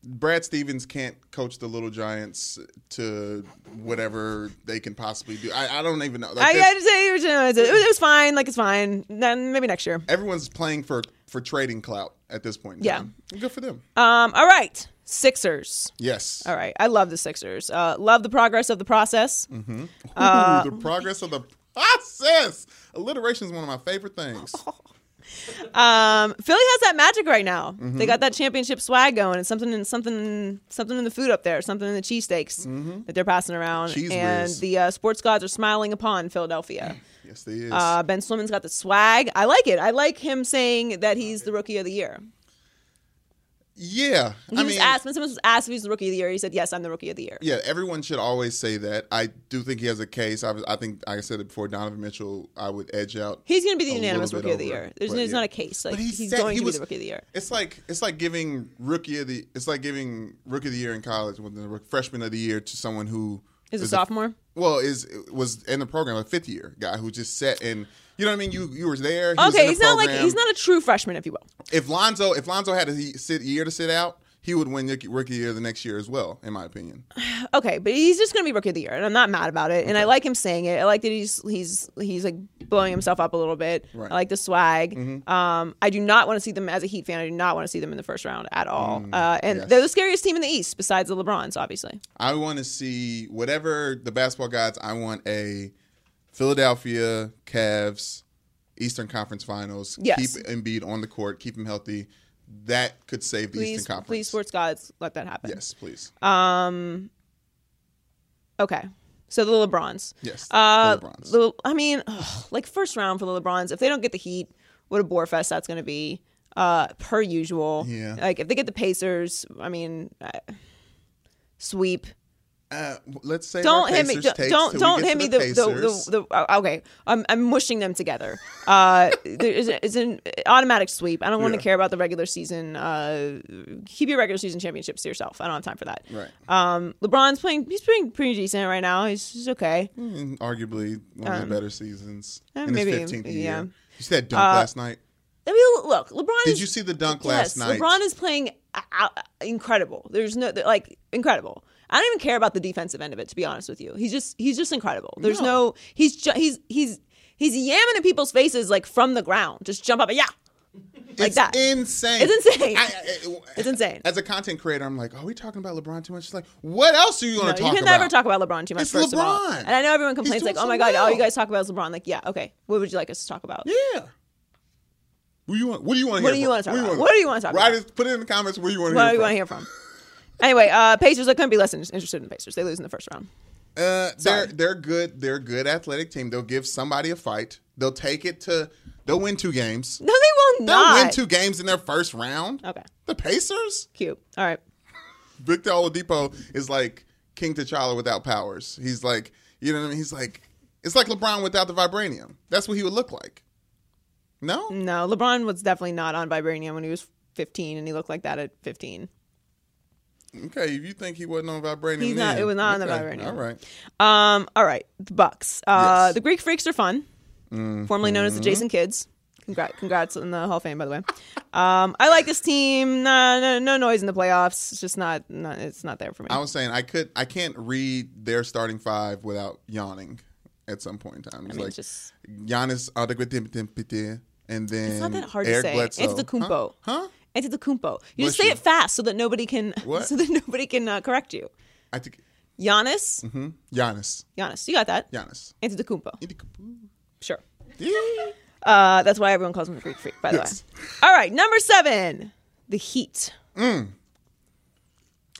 [SPEAKER 6] Brad Stevens can't coach the little giants to whatever they can possibly do. I, I don't even know. Like,
[SPEAKER 5] I,
[SPEAKER 6] there's-
[SPEAKER 5] I just it was, it was- it was fine. Like it's fine. Then maybe next year.
[SPEAKER 6] everyone's playing for for trading clout at this point. in
[SPEAKER 5] Yeah.
[SPEAKER 6] time. good for them.
[SPEAKER 5] Um. All right. Sixers.
[SPEAKER 6] yes.
[SPEAKER 5] All right. I love the Sixers. Uh, love the progress of the process. Uh,
[SPEAKER 6] Ooh, the progress of the process. Alliteration is one of my favorite things.
[SPEAKER 5] Um, Philly has that magic right now.
[SPEAKER 6] Mm-hmm.
[SPEAKER 5] They got that championship swag going. It's something in something something in the food up there, something in the cheesesteaks that they're passing around.
[SPEAKER 6] Mm-hmm. Cheese
[SPEAKER 5] and
[SPEAKER 6] whiz.
[SPEAKER 5] the uh, sports gods are smiling upon Philadelphia.
[SPEAKER 6] Yes, they is.
[SPEAKER 5] Uh, ben Simmons got the swag. I like it. I like him saying that he's the rookie of the year.
[SPEAKER 6] yeah,
[SPEAKER 5] He
[SPEAKER 6] I
[SPEAKER 5] was
[SPEAKER 6] mean,
[SPEAKER 5] asked. Ben Simmons was asked if he's the rookie of the year. He said, "Yes, I'm the rookie of the year."
[SPEAKER 6] yeah, everyone should always say that. I do think he has a case. I, was- I think, like I said it before, Donovan Mitchell, I would edge out.
[SPEAKER 5] He's going to be the
[SPEAKER 6] a
[SPEAKER 5] unanimous
[SPEAKER 6] little
[SPEAKER 5] rookie
[SPEAKER 6] bit
[SPEAKER 5] of the
[SPEAKER 6] over,
[SPEAKER 5] year. There's,
[SPEAKER 6] but
[SPEAKER 5] there's
[SPEAKER 6] yeah.
[SPEAKER 5] not a case. Like
[SPEAKER 6] But he
[SPEAKER 5] he's
[SPEAKER 6] said
[SPEAKER 5] going
[SPEAKER 6] he
[SPEAKER 5] to
[SPEAKER 6] was-
[SPEAKER 5] be the rookie of the year.
[SPEAKER 6] It's like it's like giving rookie of the it's like giving rookie of the year in college when the rook- freshman of the year to someone who
[SPEAKER 5] Is a sophomore.
[SPEAKER 6] well, is was in the program a fifth year guy who just sat and you know what I mean. You you were there. He was in
[SPEAKER 5] Okay,
[SPEAKER 6] the
[SPEAKER 5] he's not like
[SPEAKER 6] program.
[SPEAKER 5] he's not a true freshman, if you will.
[SPEAKER 6] If Lonzo if Lonzo had a he- sit year to sit out, he would win rookie rookie of the year the next year as well, in my opinion.
[SPEAKER 5] okay, but he's just gonna be rookie of the year, and I'm not mad about it. And I like him saying it. I like that he's he's he's like blowing himself up a little bit.
[SPEAKER 6] Right. Mm-hmm.
[SPEAKER 5] I like the swag. Um, I do not want to see them as a Heat fan. I do not want to see them in the first round at all. uh, and
[SPEAKER 6] Mm, yes.
[SPEAKER 5] they're the scariest team in the East, besides the LeBrons, obviously.
[SPEAKER 6] I want to see whatever the basketball gods. I want a Philadelphia Cavs Eastern Conference Finals.
[SPEAKER 5] Yes.
[SPEAKER 6] Keep Embiid on the court. Keep him healthy. That could save the
[SPEAKER 5] Please,
[SPEAKER 6] Eastern Conference.
[SPEAKER 5] please, Uh, sports gods, let that happen.
[SPEAKER 6] Yes, please.
[SPEAKER 5] Okay. So the LeBrons.
[SPEAKER 6] yes.
[SPEAKER 5] Uh,
[SPEAKER 6] the LeBrons.
[SPEAKER 5] the- I mean, ugh, like first round for the LeBrons. If they don't get the Heat, what a bore fest that's going to be. Uh, per usual.
[SPEAKER 6] Yeah.
[SPEAKER 5] Like if they get the Pacers, I mean, I, sweep.
[SPEAKER 6] uh, let's say
[SPEAKER 5] Don't hit me.
[SPEAKER 6] Pacers
[SPEAKER 5] Don't
[SPEAKER 6] takes
[SPEAKER 5] don't,
[SPEAKER 6] till we
[SPEAKER 5] don't
[SPEAKER 6] get
[SPEAKER 5] hit
[SPEAKER 6] to
[SPEAKER 5] me. The
[SPEAKER 6] The,
[SPEAKER 5] the, the,
[SPEAKER 6] Pacers.
[SPEAKER 5] the, uh, okay. I'm I'm mushing them together. Uh, there is a- it's an automatic sweep. I don't want to
[SPEAKER 6] Yeah.
[SPEAKER 5] care about the regular season. Uh, keep your regular season championships to yourself. I don't have time for that.
[SPEAKER 6] Right.
[SPEAKER 5] Um, LeBron's playing. He's playing pretty decent right now. He's, he's okay.
[SPEAKER 6] Mm, arguably one of the better seasons
[SPEAKER 5] uh,
[SPEAKER 6] in
[SPEAKER 5] maybe,
[SPEAKER 6] his 15th
[SPEAKER 5] yeah.
[SPEAKER 6] year. You said dunk last night.
[SPEAKER 5] I mean, look, LeBron.
[SPEAKER 6] Did
[SPEAKER 5] is-
[SPEAKER 6] you see the dunk
[SPEAKER 5] yes,
[SPEAKER 6] last night?
[SPEAKER 5] LeBron is playing uh, uh, incredible. There's no like incredible. I don't even care about the defensive end of it. To be honest with you, he's just he's just incredible. There's no, he's ju- he's he's he's yamming at people's faces like from the ground. Just jump up and yeah, like
[SPEAKER 6] it's
[SPEAKER 5] that.
[SPEAKER 6] Insane.
[SPEAKER 5] It's insane.
[SPEAKER 6] I-
[SPEAKER 5] It's insane.
[SPEAKER 6] As a content creator, I'm like, are we talking about LeBron too much? It's like, what else are you
[SPEAKER 5] No,
[SPEAKER 6] going to
[SPEAKER 5] you
[SPEAKER 6] talk
[SPEAKER 5] can
[SPEAKER 6] about?
[SPEAKER 5] never talk about LeBron too much.
[SPEAKER 6] It's
[SPEAKER 5] first of all,
[SPEAKER 6] LeBron.
[SPEAKER 5] and I know everyone complains
[SPEAKER 6] doing
[SPEAKER 5] like, "Oh
[SPEAKER 6] so
[SPEAKER 5] my god, all
[SPEAKER 6] well."
[SPEAKER 5] you guys talk about is LeBron." Like, yeah, okay. What would you like us to talk about?
[SPEAKER 6] Yeah. What do you want? What do you want to
[SPEAKER 5] What
[SPEAKER 6] hear?
[SPEAKER 5] do you
[SPEAKER 6] from-
[SPEAKER 5] wanna talk
[SPEAKER 6] wanna-
[SPEAKER 5] about? What do you wanna talk
[SPEAKER 6] Write
[SPEAKER 5] about?
[SPEAKER 6] it- Put it in the comments. What do you want to
[SPEAKER 5] What
[SPEAKER 6] hear?
[SPEAKER 5] do you want to hear from? Anyway, uh, Pacers. I couldn't be less in- interested in the Pacers. They lose in the first round.
[SPEAKER 6] Uh, they're they're good. They're a good athletic team. They'll give somebody a fight. They'll take it to. They'll win two games.
[SPEAKER 5] No, they will
[SPEAKER 6] They'll
[SPEAKER 5] not.
[SPEAKER 6] win two games in their first round.
[SPEAKER 5] Okay.
[SPEAKER 6] The Pacers.
[SPEAKER 5] Cute. All right.
[SPEAKER 6] Victor Oladipo is like King T'Challa without powers. He's like, you know what I mean? He's like, it's like LeBron without the vibranium. That's what he would look like. No,
[SPEAKER 5] No, LeBron was definitely not on vibranium when he was 15, and he looked like that at 15.
[SPEAKER 6] okay. If you think he wasn't on vibranium,
[SPEAKER 5] He's not-
[SPEAKER 6] then-
[SPEAKER 5] it was not on the
[SPEAKER 6] okay,
[SPEAKER 5] vibranium.
[SPEAKER 6] All right.
[SPEAKER 5] Um, all right, the Bucks. Uh,
[SPEAKER 6] Yes. Mm-hmm.
[SPEAKER 5] The Greek Freaks are fun, formerly known as the Jason Kids. Congrats, congrats on the Hall of Fame, by the way. Um, I like this team. Nah, no, no noise in the playoffs. It's just not. not it's not there for me.
[SPEAKER 6] I was saying I could, I can't read their starting five without yawning at some point in time. It's
[SPEAKER 5] mean,
[SPEAKER 6] like
[SPEAKER 5] just-
[SPEAKER 6] Giannis Antetokounmpo, and then
[SPEAKER 5] it's not that hard
[SPEAKER 6] Eric
[SPEAKER 5] to say.
[SPEAKER 6] Bledsoe.
[SPEAKER 5] Antetokounmpo.
[SPEAKER 6] Huh? huh?
[SPEAKER 5] Antetokounmpo. You just
[SPEAKER 6] Bless
[SPEAKER 5] say
[SPEAKER 6] you.
[SPEAKER 5] it fast so that nobody can.
[SPEAKER 6] What?
[SPEAKER 5] So that nobody can uh, correct you.
[SPEAKER 6] I think
[SPEAKER 5] Giannis.
[SPEAKER 6] hmm? Giannis.
[SPEAKER 5] Giannis. You got that.
[SPEAKER 6] Giannis.
[SPEAKER 5] Antetokounmpo. Sure. Uh, that's why everyone calls him the Greek Freak, by the
[SPEAKER 6] Yes.
[SPEAKER 5] way. All right, number seven, the Heat.
[SPEAKER 6] Go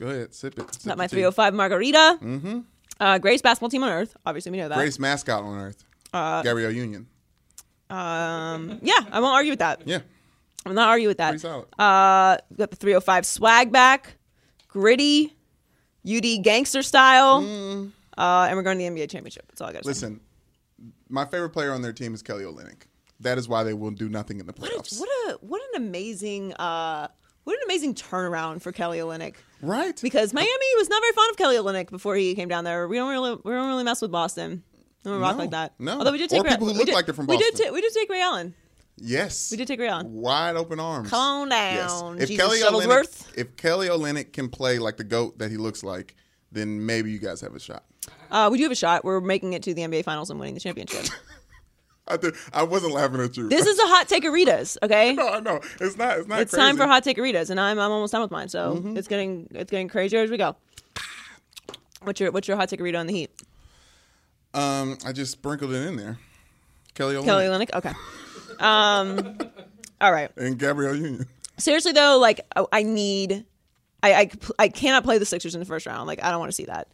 [SPEAKER 6] ahead, sip it. Sip
[SPEAKER 5] Not my
[SPEAKER 6] the tea.
[SPEAKER 5] 305 margarita. Mm-hmm. Uh, greatest basketball team on earth. Obviously, we know that.
[SPEAKER 6] Greatest mascot on earth.
[SPEAKER 5] Uh,
[SPEAKER 6] Gabrielle Union.
[SPEAKER 5] Yeah, I won't argue with that.
[SPEAKER 6] Yeah,
[SPEAKER 5] I'm not argue with that.
[SPEAKER 6] pretty solid.
[SPEAKER 5] Uh, we got the 305 swag back, gritty, UD gangster style, uh, and we're going to the NBA championship. That's all I got to say.
[SPEAKER 6] Mm. Listen, my favorite player on their team is Kelly Olynyk. That is why they will do nothing in the playoffs.
[SPEAKER 5] What a what an amazing uh, what an amazing turnaround for Kelly Olynyk.
[SPEAKER 6] right?
[SPEAKER 5] Because Miami was not very fond of Kelly Olynyk before he came down there. We don't really we don't really mess with Boston. We don't rock
[SPEAKER 6] No,
[SPEAKER 5] like that.
[SPEAKER 6] no.
[SPEAKER 5] Although we did take
[SPEAKER 6] Or
[SPEAKER 5] Ray-
[SPEAKER 6] people who
[SPEAKER 5] we
[SPEAKER 6] look
[SPEAKER 5] did-
[SPEAKER 6] like they're from
[SPEAKER 5] We did
[SPEAKER 6] Boston.
[SPEAKER 5] ta- we did take Ray Allen.
[SPEAKER 6] yes,
[SPEAKER 5] We did take Ray Allen.
[SPEAKER 6] wide open arms.
[SPEAKER 5] Come on down,
[SPEAKER 6] If
[SPEAKER 5] Jesus
[SPEAKER 6] Kelly
[SPEAKER 5] Shuttlesworth.
[SPEAKER 6] Olynyk, if Kelly Olynyk can play like the goat that he looks like, then maybe you guys have a shot.
[SPEAKER 5] Uh, we do have a shot. We're making it to the NBA Finals and winning the championship.
[SPEAKER 6] I, th- I wasn't laughing at you.
[SPEAKER 5] this is a hot take Aritas, okay?
[SPEAKER 6] no, I know it's not. It's not.
[SPEAKER 5] It's time for
[SPEAKER 6] crazy.
[SPEAKER 5] hot take Aritas, and I'm I'm almost done with mine, so it's getting it's getting crazier as we go. What's your what's your hot take Arita on the heat?
[SPEAKER 6] Um, I just sprinkled it in there. Kelly Olynyk
[SPEAKER 5] Kelly Olynyk. Okay. Um, all right.
[SPEAKER 6] and Gabrielle Union.
[SPEAKER 5] Seriously though, like I- I need, I, I I cannot play the Sixers in the first round. Like I don't want to see that.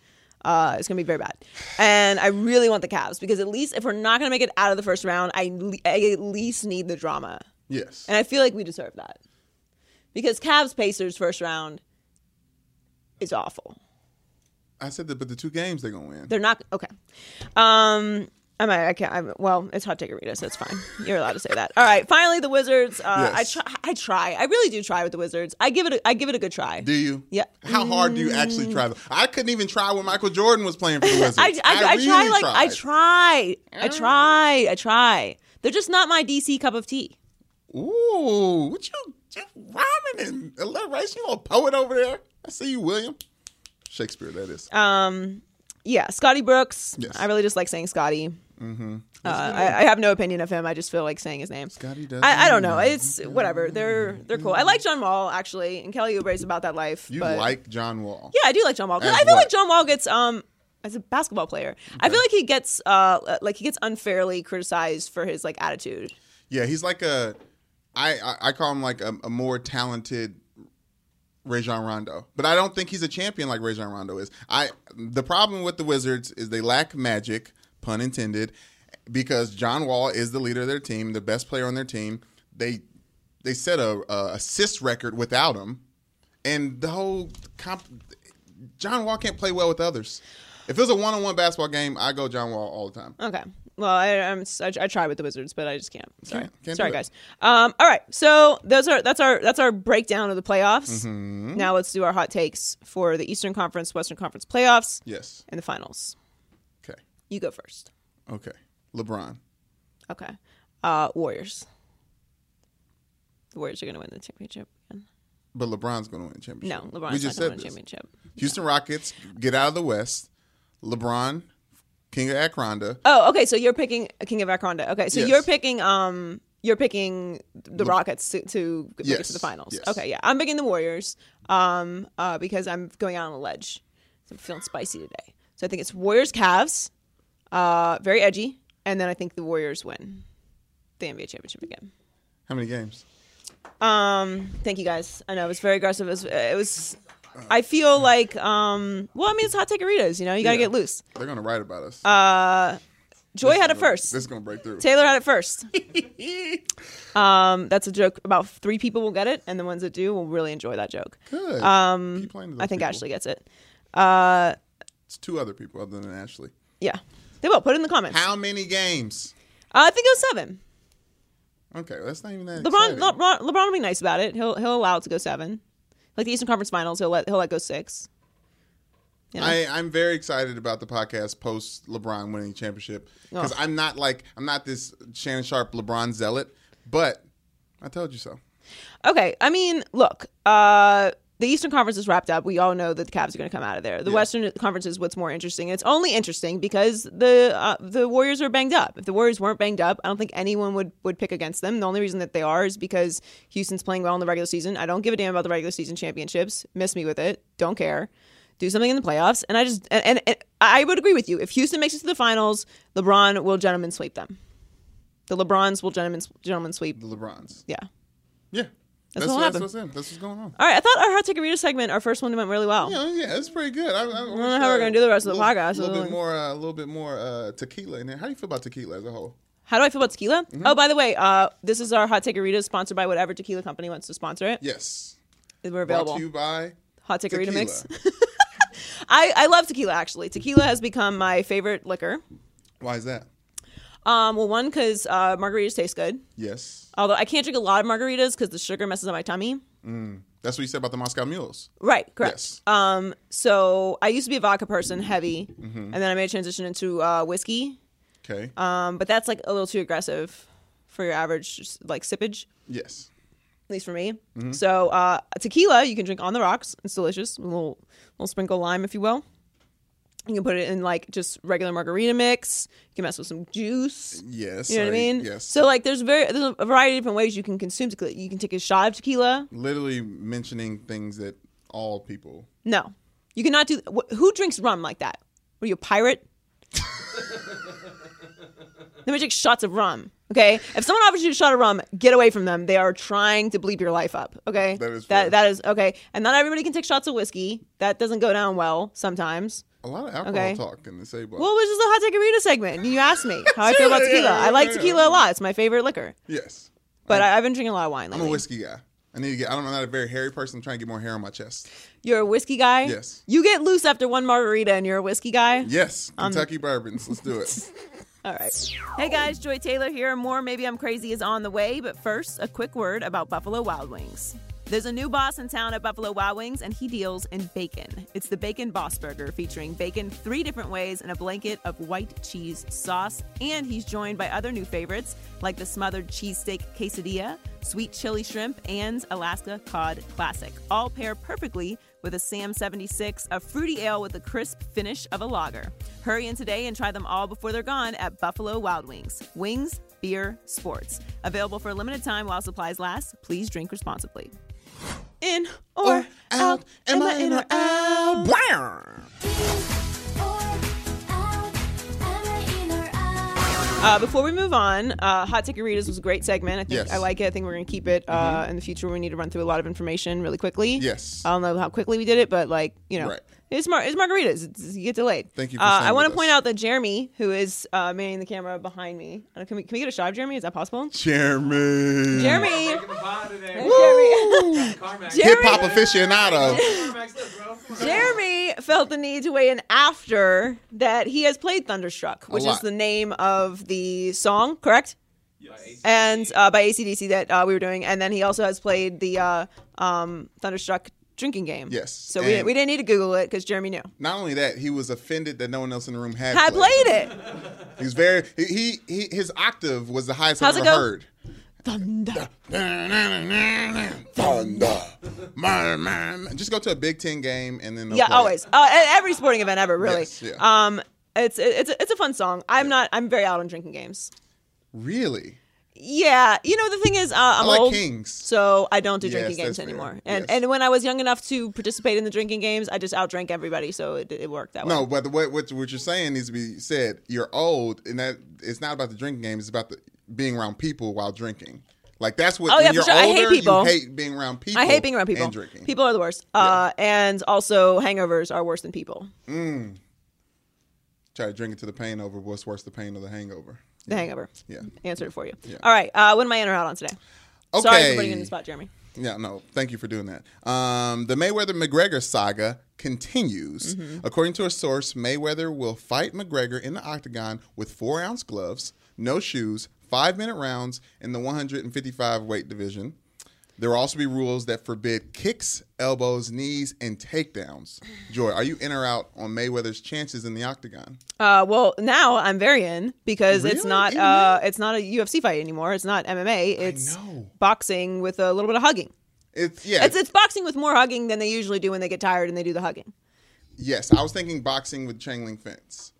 [SPEAKER 5] Uh, it's gonna be very bad, and I really want the Cavs because at least if we're not gonna make it out of the first round, I le- I at least need the drama,
[SPEAKER 6] Yes.
[SPEAKER 5] and I feel like we deserve that because Cavs Pacers first round is awful.
[SPEAKER 6] I said that, but the two games they're gonna win.
[SPEAKER 5] They're not okay. Um, I might, I can't. I'm, well, it's hot take Rita, so it's fine. You're allowed to say that. All right. Finally, the Wizards. Uh,
[SPEAKER 6] Yes.
[SPEAKER 5] I try. I try. I really do try with the Wizards. I give it. A, I give it a good try.
[SPEAKER 6] Do you?
[SPEAKER 5] Yeah.
[SPEAKER 6] How hard do you actually try? Them? I couldn't even try when Michael Jordan was playing for the Wizards.
[SPEAKER 5] I, I, I,
[SPEAKER 6] really
[SPEAKER 5] try. Like I
[SPEAKER 6] tried.
[SPEAKER 5] try. I try. I try. They're just not my DC cup of tea.
[SPEAKER 6] Ooh, what you just rhyming and alliteration? You a poet over there? I see you, William. Shakespeare, that is.
[SPEAKER 5] Uh, Yeah, Scotty Brooks.
[SPEAKER 6] Yes.
[SPEAKER 5] I really just like saying Scotty. Mm-hmm. Uh, I, I have no opinion of him. I just feel like saying his name.
[SPEAKER 6] Scotty does
[SPEAKER 5] I, I don't
[SPEAKER 6] mean
[SPEAKER 5] know. It's whatever. They're they're cool. I like John Wall actually, and Kelly Oubre's about that life.
[SPEAKER 6] you
[SPEAKER 5] but-
[SPEAKER 6] like John Wall?
[SPEAKER 5] Yeah, I do like John Wall. 'Cause
[SPEAKER 6] As
[SPEAKER 5] I feel
[SPEAKER 6] what?
[SPEAKER 5] like John Wall gets um as a basketball player. I feel like he gets uh like he gets unfairly criticized for his like attitude.
[SPEAKER 6] Yeah, he's like a. I I, I call him like a, a more talented Rajon Rondo, but I don't think he's a champion like Rajon Rondo is. I the problem with the Wizards is they lack magic, pun intended, because John Wall is the leader of their team, the best player on their team. They they set a, a assist record without him, and the whole comp. John Wall can't play well with others. If it was a one-on-one basketball game, I go John Wall all the time.
[SPEAKER 5] Okay. Well, I I'm, I, I try with the Wizards, but I just can't. Sorry,
[SPEAKER 6] Can't- can't
[SPEAKER 5] sorry,
[SPEAKER 6] do it.
[SPEAKER 5] guys. Um, all right. So those are that's our that's our breakdown of the playoffs.
[SPEAKER 6] Mm-hmm.
[SPEAKER 5] Now let's do our hot takes for the Eastern Conference, Western Conference playoffs,
[SPEAKER 6] Yes.
[SPEAKER 5] and the finals.
[SPEAKER 6] Okay.
[SPEAKER 5] You go first.
[SPEAKER 6] Okay. LeBron.
[SPEAKER 5] Okay. Uh, Warriors. The Warriors are going to win the championship. again.
[SPEAKER 6] But LeBron's going to win the championship.
[SPEAKER 5] No, LeBron's
[SPEAKER 6] we just
[SPEAKER 5] not going to win
[SPEAKER 6] said
[SPEAKER 5] the
[SPEAKER 6] this.
[SPEAKER 5] championship.
[SPEAKER 6] Houston Rockets get out of the West. LeBron, King of Akronda.
[SPEAKER 5] Oh, okay. So you're picking King of Akronda. Okay, so
[SPEAKER 6] Yes.
[SPEAKER 5] you're picking um you're picking the Rockets to, to make it
[SPEAKER 6] Yes,
[SPEAKER 5] to the finals.
[SPEAKER 6] yes.
[SPEAKER 5] Okay, yeah. I'm picking the Warriors um uh because I'm going out on a ledge. So I'm feeling spicy today. So I think it's Warriors Cavs, uh very edgy, and then I think the Warriors win the NBA championship again.
[SPEAKER 6] How many games?
[SPEAKER 5] Um thank you guys. I know it was very aggressive. It was, it was I feel like um well I mean it's hot take you know. You got to
[SPEAKER 6] Yeah.
[SPEAKER 5] get loose.
[SPEAKER 6] They're going to write about us.
[SPEAKER 5] Uh, Joy had it first.
[SPEAKER 6] This is going to break through.
[SPEAKER 5] Taylor had it first. um, that's a joke. About three people will get it, and the ones that do will really enjoy that joke.
[SPEAKER 6] Good. Um, Keep playing to those
[SPEAKER 5] I think
[SPEAKER 6] people.
[SPEAKER 5] Ashley gets it.
[SPEAKER 6] It's two other people other than Ashley.
[SPEAKER 5] Yeah, they will. Put it in the comments. Uh,
[SPEAKER 6] How many games?
[SPEAKER 5] I think it was seven.
[SPEAKER 6] Okay, well, that's not even that.
[SPEAKER 5] LeBron,
[SPEAKER 6] exciting.
[SPEAKER 5] LeBron, LeBron will be nice about it. He'll he'll allow it to go seven. Like the Eastern Conference Finals, he'll let he'll let go six. You know?
[SPEAKER 6] I, I'm very excited about the podcast post LeBron winning championship because
[SPEAKER 5] Oh.
[SPEAKER 6] I'm not like I'm not this Shannon Sharp LeBron zealot, but I told you so.
[SPEAKER 5] Okay, I mean, look, uh, the Eastern Conference is wrapped up. We all know that the Cavs are going to come out of there. The Western Conference is what's more interesting. It's only interesting because the uh, the Warriors are banged up. If the Warriors weren't banged up, I don't think anyone would would pick against them. The only reason that they are is because Houston's playing well in the regular season. I don't give a damn about the regular season championships. Miss me with it. Don't care. Do something in the playoffs, and I just and, and, and I would agree with you. If Houston makes it to the finals, LeBron will gentlemen sweep them. The LeBrons will gentlemen gentlemen sweep.
[SPEAKER 6] The LeBrons.
[SPEAKER 5] Yeah.
[SPEAKER 6] Yeah.
[SPEAKER 5] That's
[SPEAKER 6] that's,
[SPEAKER 5] what
[SPEAKER 6] that's
[SPEAKER 5] happened.
[SPEAKER 6] what's in. That's what's going on.
[SPEAKER 5] All right. I thought our hot ticket reader segment, our first one, went really well.
[SPEAKER 6] Yeah, yeah, it's pretty good. I, I, I don't
[SPEAKER 5] know how we're gonna do the rest of the podcast.
[SPEAKER 6] A little
[SPEAKER 5] Like-
[SPEAKER 6] bit more, uh, a little bit more uh, tequila in there. How do you feel about tequila as a whole?
[SPEAKER 5] How do I feel about tequila?
[SPEAKER 6] Mm-hmm.
[SPEAKER 5] Oh, by the way, uh, this is our hot takearita sponsored by whatever tequila company wants to sponsor it.
[SPEAKER 6] Yes,
[SPEAKER 5] We're
[SPEAKER 6] brought
[SPEAKER 5] available.
[SPEAKER 6] to you by
[SPEAKER 5] hot takearita
[SPEAKER 6] tequila.
[SPEAKER 5] mix. I, I love tequila actually. Tequila has become my favorite liquor.
[SPEAKER 6] Why is that?
[SPEAKER 5] Um, well, one because uh, margaritas taste good.
[SPEAKER 6] Yes,
[SPEAKER 5] Although I can't drink a lot of margaritas because the sugar messes up my tummy.
[SPEAKER 6] that's what you said about the Moscow Mules.
[SPEAKER 5] Right, correct. Um,
[SPEAKER 6] Yes,
[SPEAKER 5] So I used to be a vodka person, heavy,
[SPEAKER 6] Mm-hmm.
[SPEAKER 5] and then I made a transition into uh, whiskey.
[SPEAKER 6] okay.
[SPEAKER 5] Um, but that's like a little too aggressive for your average just, like sippage.
[SPEAKER 6] yes,
[SPEAKER 5] at least for me. So uh, tequila you can drink on the rocks. It's delicious. A little little sprinkle of lime, if you will. You can put it in like just regular margarita mix. You can mess with some juice.
[SPEAKER 6] yes.
[SPEAKER 5] You know what I
[SPEAKER 6] like,
[SPEAKER 5] mean?
[SPEAKER 6] Yes.
[SPEAKER 5] So like, there's very there's a variety of different ways you can consume tequila. You can take a shot of tequila.
[SPEAKER 6] literally mentioning things that all people.
[SPEAKER 5] No, you cannot do. Wh- who drinks rum like that? Are you a pirate? Let me take shots of rum. Okay, if someone offers you a shot of rum, get away from them. They are trying to bleep your life up. Okay,
[SPEAKER 6] That is fair.
[SPEAKER 5] that, that is okay. And not everybody can take shots of whiskey. That doesn't go down well sometimes.
[SPEAKER 6] A lot of alcohol
[SPEAKER 5] Okay.
[SPEAKER 6] talk in the say bar.
[SPEAKER 5] Well, which is the hot takearita segment. You asked me how I feel about
[SPEAKER 6] Sure, yeah,
[SPEAKER 5] tequila. I like
[SPEAKER 6] yeah, yeah.
[SPEAKER 5] tequila a lot. It's my favorite liquor.
[SPEAKER 6] yes,
[SPEAKER 5] But I, I've been drinking a lot of wine
[SPEAKER 6] I'm a
[SPEAKER 5] lately.
[SPEAKER 6] whiskey guy. I need to get. I don't, I'm not a very hairy person. I'm trying to get more hair on my chest.
[SPEAKER 5] You're a whiskey guy.
[SPEAKER 6] Yes.
[SPEAKER 5] You get loose after one margarita, and you're a whiskey guy.
[SPEAKER 6] Yes,
[SPEAKER 5] Um,
[SPEAKER 6] Kentucky bourbons. Let's do it.
[SPEAKER 5] All right. Hey guys, Joy Taylor here. More Maybe I'm Crazy is on the way, but first, a quick word about Buffalo Wild Wings. There's a new boss in town at Buffalo Wild Wings, and he deals in bacon. It's the Bacon Boss Burger, featuring bacon three different ways and a blanket of white cheese sauce. And he's joined by other new favorites like the smothered cheesesteak quesadilla, sweet chili shrimp, and Alaska cod classic. All pair perfectly with a Sam 76, a fruity ale with a crisp finish of a lager. Hurry in today and try them all before they're gone at Buffalo Wild Wings. Wings, beer, sports. Available for a limited time while supplies last. Please drink responsibly. In or, out, am I in or out? Uh, before we move on, uh, Hot Ticket Readers was a great segment. I think
[SPEAKER 6] Yes. Mm-hmm.
[SPEAKER 5] I like it. I think we're going to keep it uh, in the future. We need to run through a lot of information really quickly.
[SPEAKER 6] Yes.
[SPEAKER 5] I don't know how quickly we did it, but like, you know,
[SPEAKER 6] Right.
[SPEAKER 5] it's, mar- it's margaritas. It's, you get delayed.
[SPEAKER 6] Thank you for
[SPEAKER 5] uh,
[SPEAKER 6] staying
[SPEAKER 5] I want to
[SPEAKER 6] with
[SPEAKER 5] point
[SPEAKER 6] us.
[SPEAKER 5] out that Jeremy, who is uh, manning the camera behind me, I don't- can we, can we get a shot of Jeremy? Is that possible?
[SPEAKER 6] Jeremy.
[SPEAKER 5] Jeremy!
[SPEAKER 6] Hip
[SPEAKER 5] Jeremy,
[SPEAKER 6] hop aficionado.
[SPEAKER 5] Jeremy felt the need to weigh in after that he has played Thunderstruck, which is
[SPEAKER 6] lot.
[SPEAKER 5] the name of the song, correct? and uh, by ACDC that uh, we were doing, and then he also has played the uh, um, Thunderstruck drinking game.
[SPEAKER 6] Yes,
[SPEAKER 5] So we,
[SPEAKER 6] and-
[SPEAKER 5] we didn't need to Google it because Jeremy knew.
[SPEAKER 6] Not only that, he was offended that no one else in the room had
[SPEAKER 5] I played it.
[SPEAKER 6] He was very he, he, he his octave was the highest
[SPEAKER 5] How's
[SPEAKER 6] I've
[SPEAKER 5] it
[SPEAKER 6] ever
[SPEAKER 5] go?
[SPEAKER 6] heard.
[SPEAKER 5] Thunder.
[SPEAKER 6] Thunder. Man, man, man. Just go to a Big Ten game and then they'll
[SPEAKER 5] Yeah,
[SPEAKER 6] play it.
[SPEAKER 5] always. Uh, at every sporting event ever, really.
[SPEAKER 6] Yes, yeah.
[SPEAKER 5] Um, it's it's it's a fun song. I'm not. I'm very out on drinking games.
[SPEAKER 6] Really?
[SPEAKER 5] Yeah, you know the thing is, uh, I'm
[SPEAKER 6] like
[SPEAKER 5] old,
[SPEAKER 6] Kings.
[SPEAKER 5] so I don't do
[SPEAKER 6] Yes,
[SPEAKER 5] drinking games
[SPEAKER 6] that's fair.
[SPEAKER 5] anymore. And
[SPEAKER 6] Yes.
[SPEAKER 5] and when I was young enough to participate in the drinking games, I just outdrank everybody, so it, it worked that way.
[SPEAKER 6] No, but the, what, what what you're saying needs to be said. You're old, and that it's not about the drinking game. It's about the being around people while drinking. Like that's what.
[SPEAKER 5] Oh,
[SPEAKER 6] when
[SPEAKER 5] yeah, for
[SPEAKER 6] you're
[SPEAKER 5] sure. I hate
[SPEAKER 6] older,
[SPEAKER 5] people.
[SPEAKER 6] You hate being around people.
[SPEAKER 5] I hate being around people.
[SPEAKER 6] And drinking.
[SPEAKER 5] People are the worst. Uh, and also, hangovers are worse than people.
[SPEAKER 6] try to drink it to the pain over. What's worse, the pain or the hangover?
[SPEAKER 5] The hangover.
[SPEAKER 6] Yeah.
[SPEAKER 5] Answered it for you. All right. Uh, when am I in or out on today?
[SPEAKER 6] Okay.
[SPEAKER 5] Sorry for putting you in the spot, Jeremy.
[SPEAKER 6] Yeah, no, thank you for doing that. Um, the Mayweather McGregor saga continues. According to a source, Mayweather will fight McGregor in the octagon with four ounce gloves, no shoes, five minute rounds in the 155 weight division. There will also be rules that forbid kicks, elbows, knees, and takedowns. Joy, are you in or out on Mayweather's chances in the octagon?
[SPEAKER 5] Uh, well, now I'm very in because it's
[SPEAKER 6] Really?
[SPEAKER 5] not
[SPEAKER 6] Even
[SPEAKER 5] uh, it's not a UFC fight anymore. It's not MMA. It's
[SPEAKER 6] know.
[SPEAKER 5] boxing with a little bit of hugging.
[SPEAKER 6] It's yeah.
[SPEAKER 5] It's it's boxing with more hugging than they usually do when they get tired and they do the hugging.
[SPEAKER 6] yes, I was thinking boxing with chain link fence.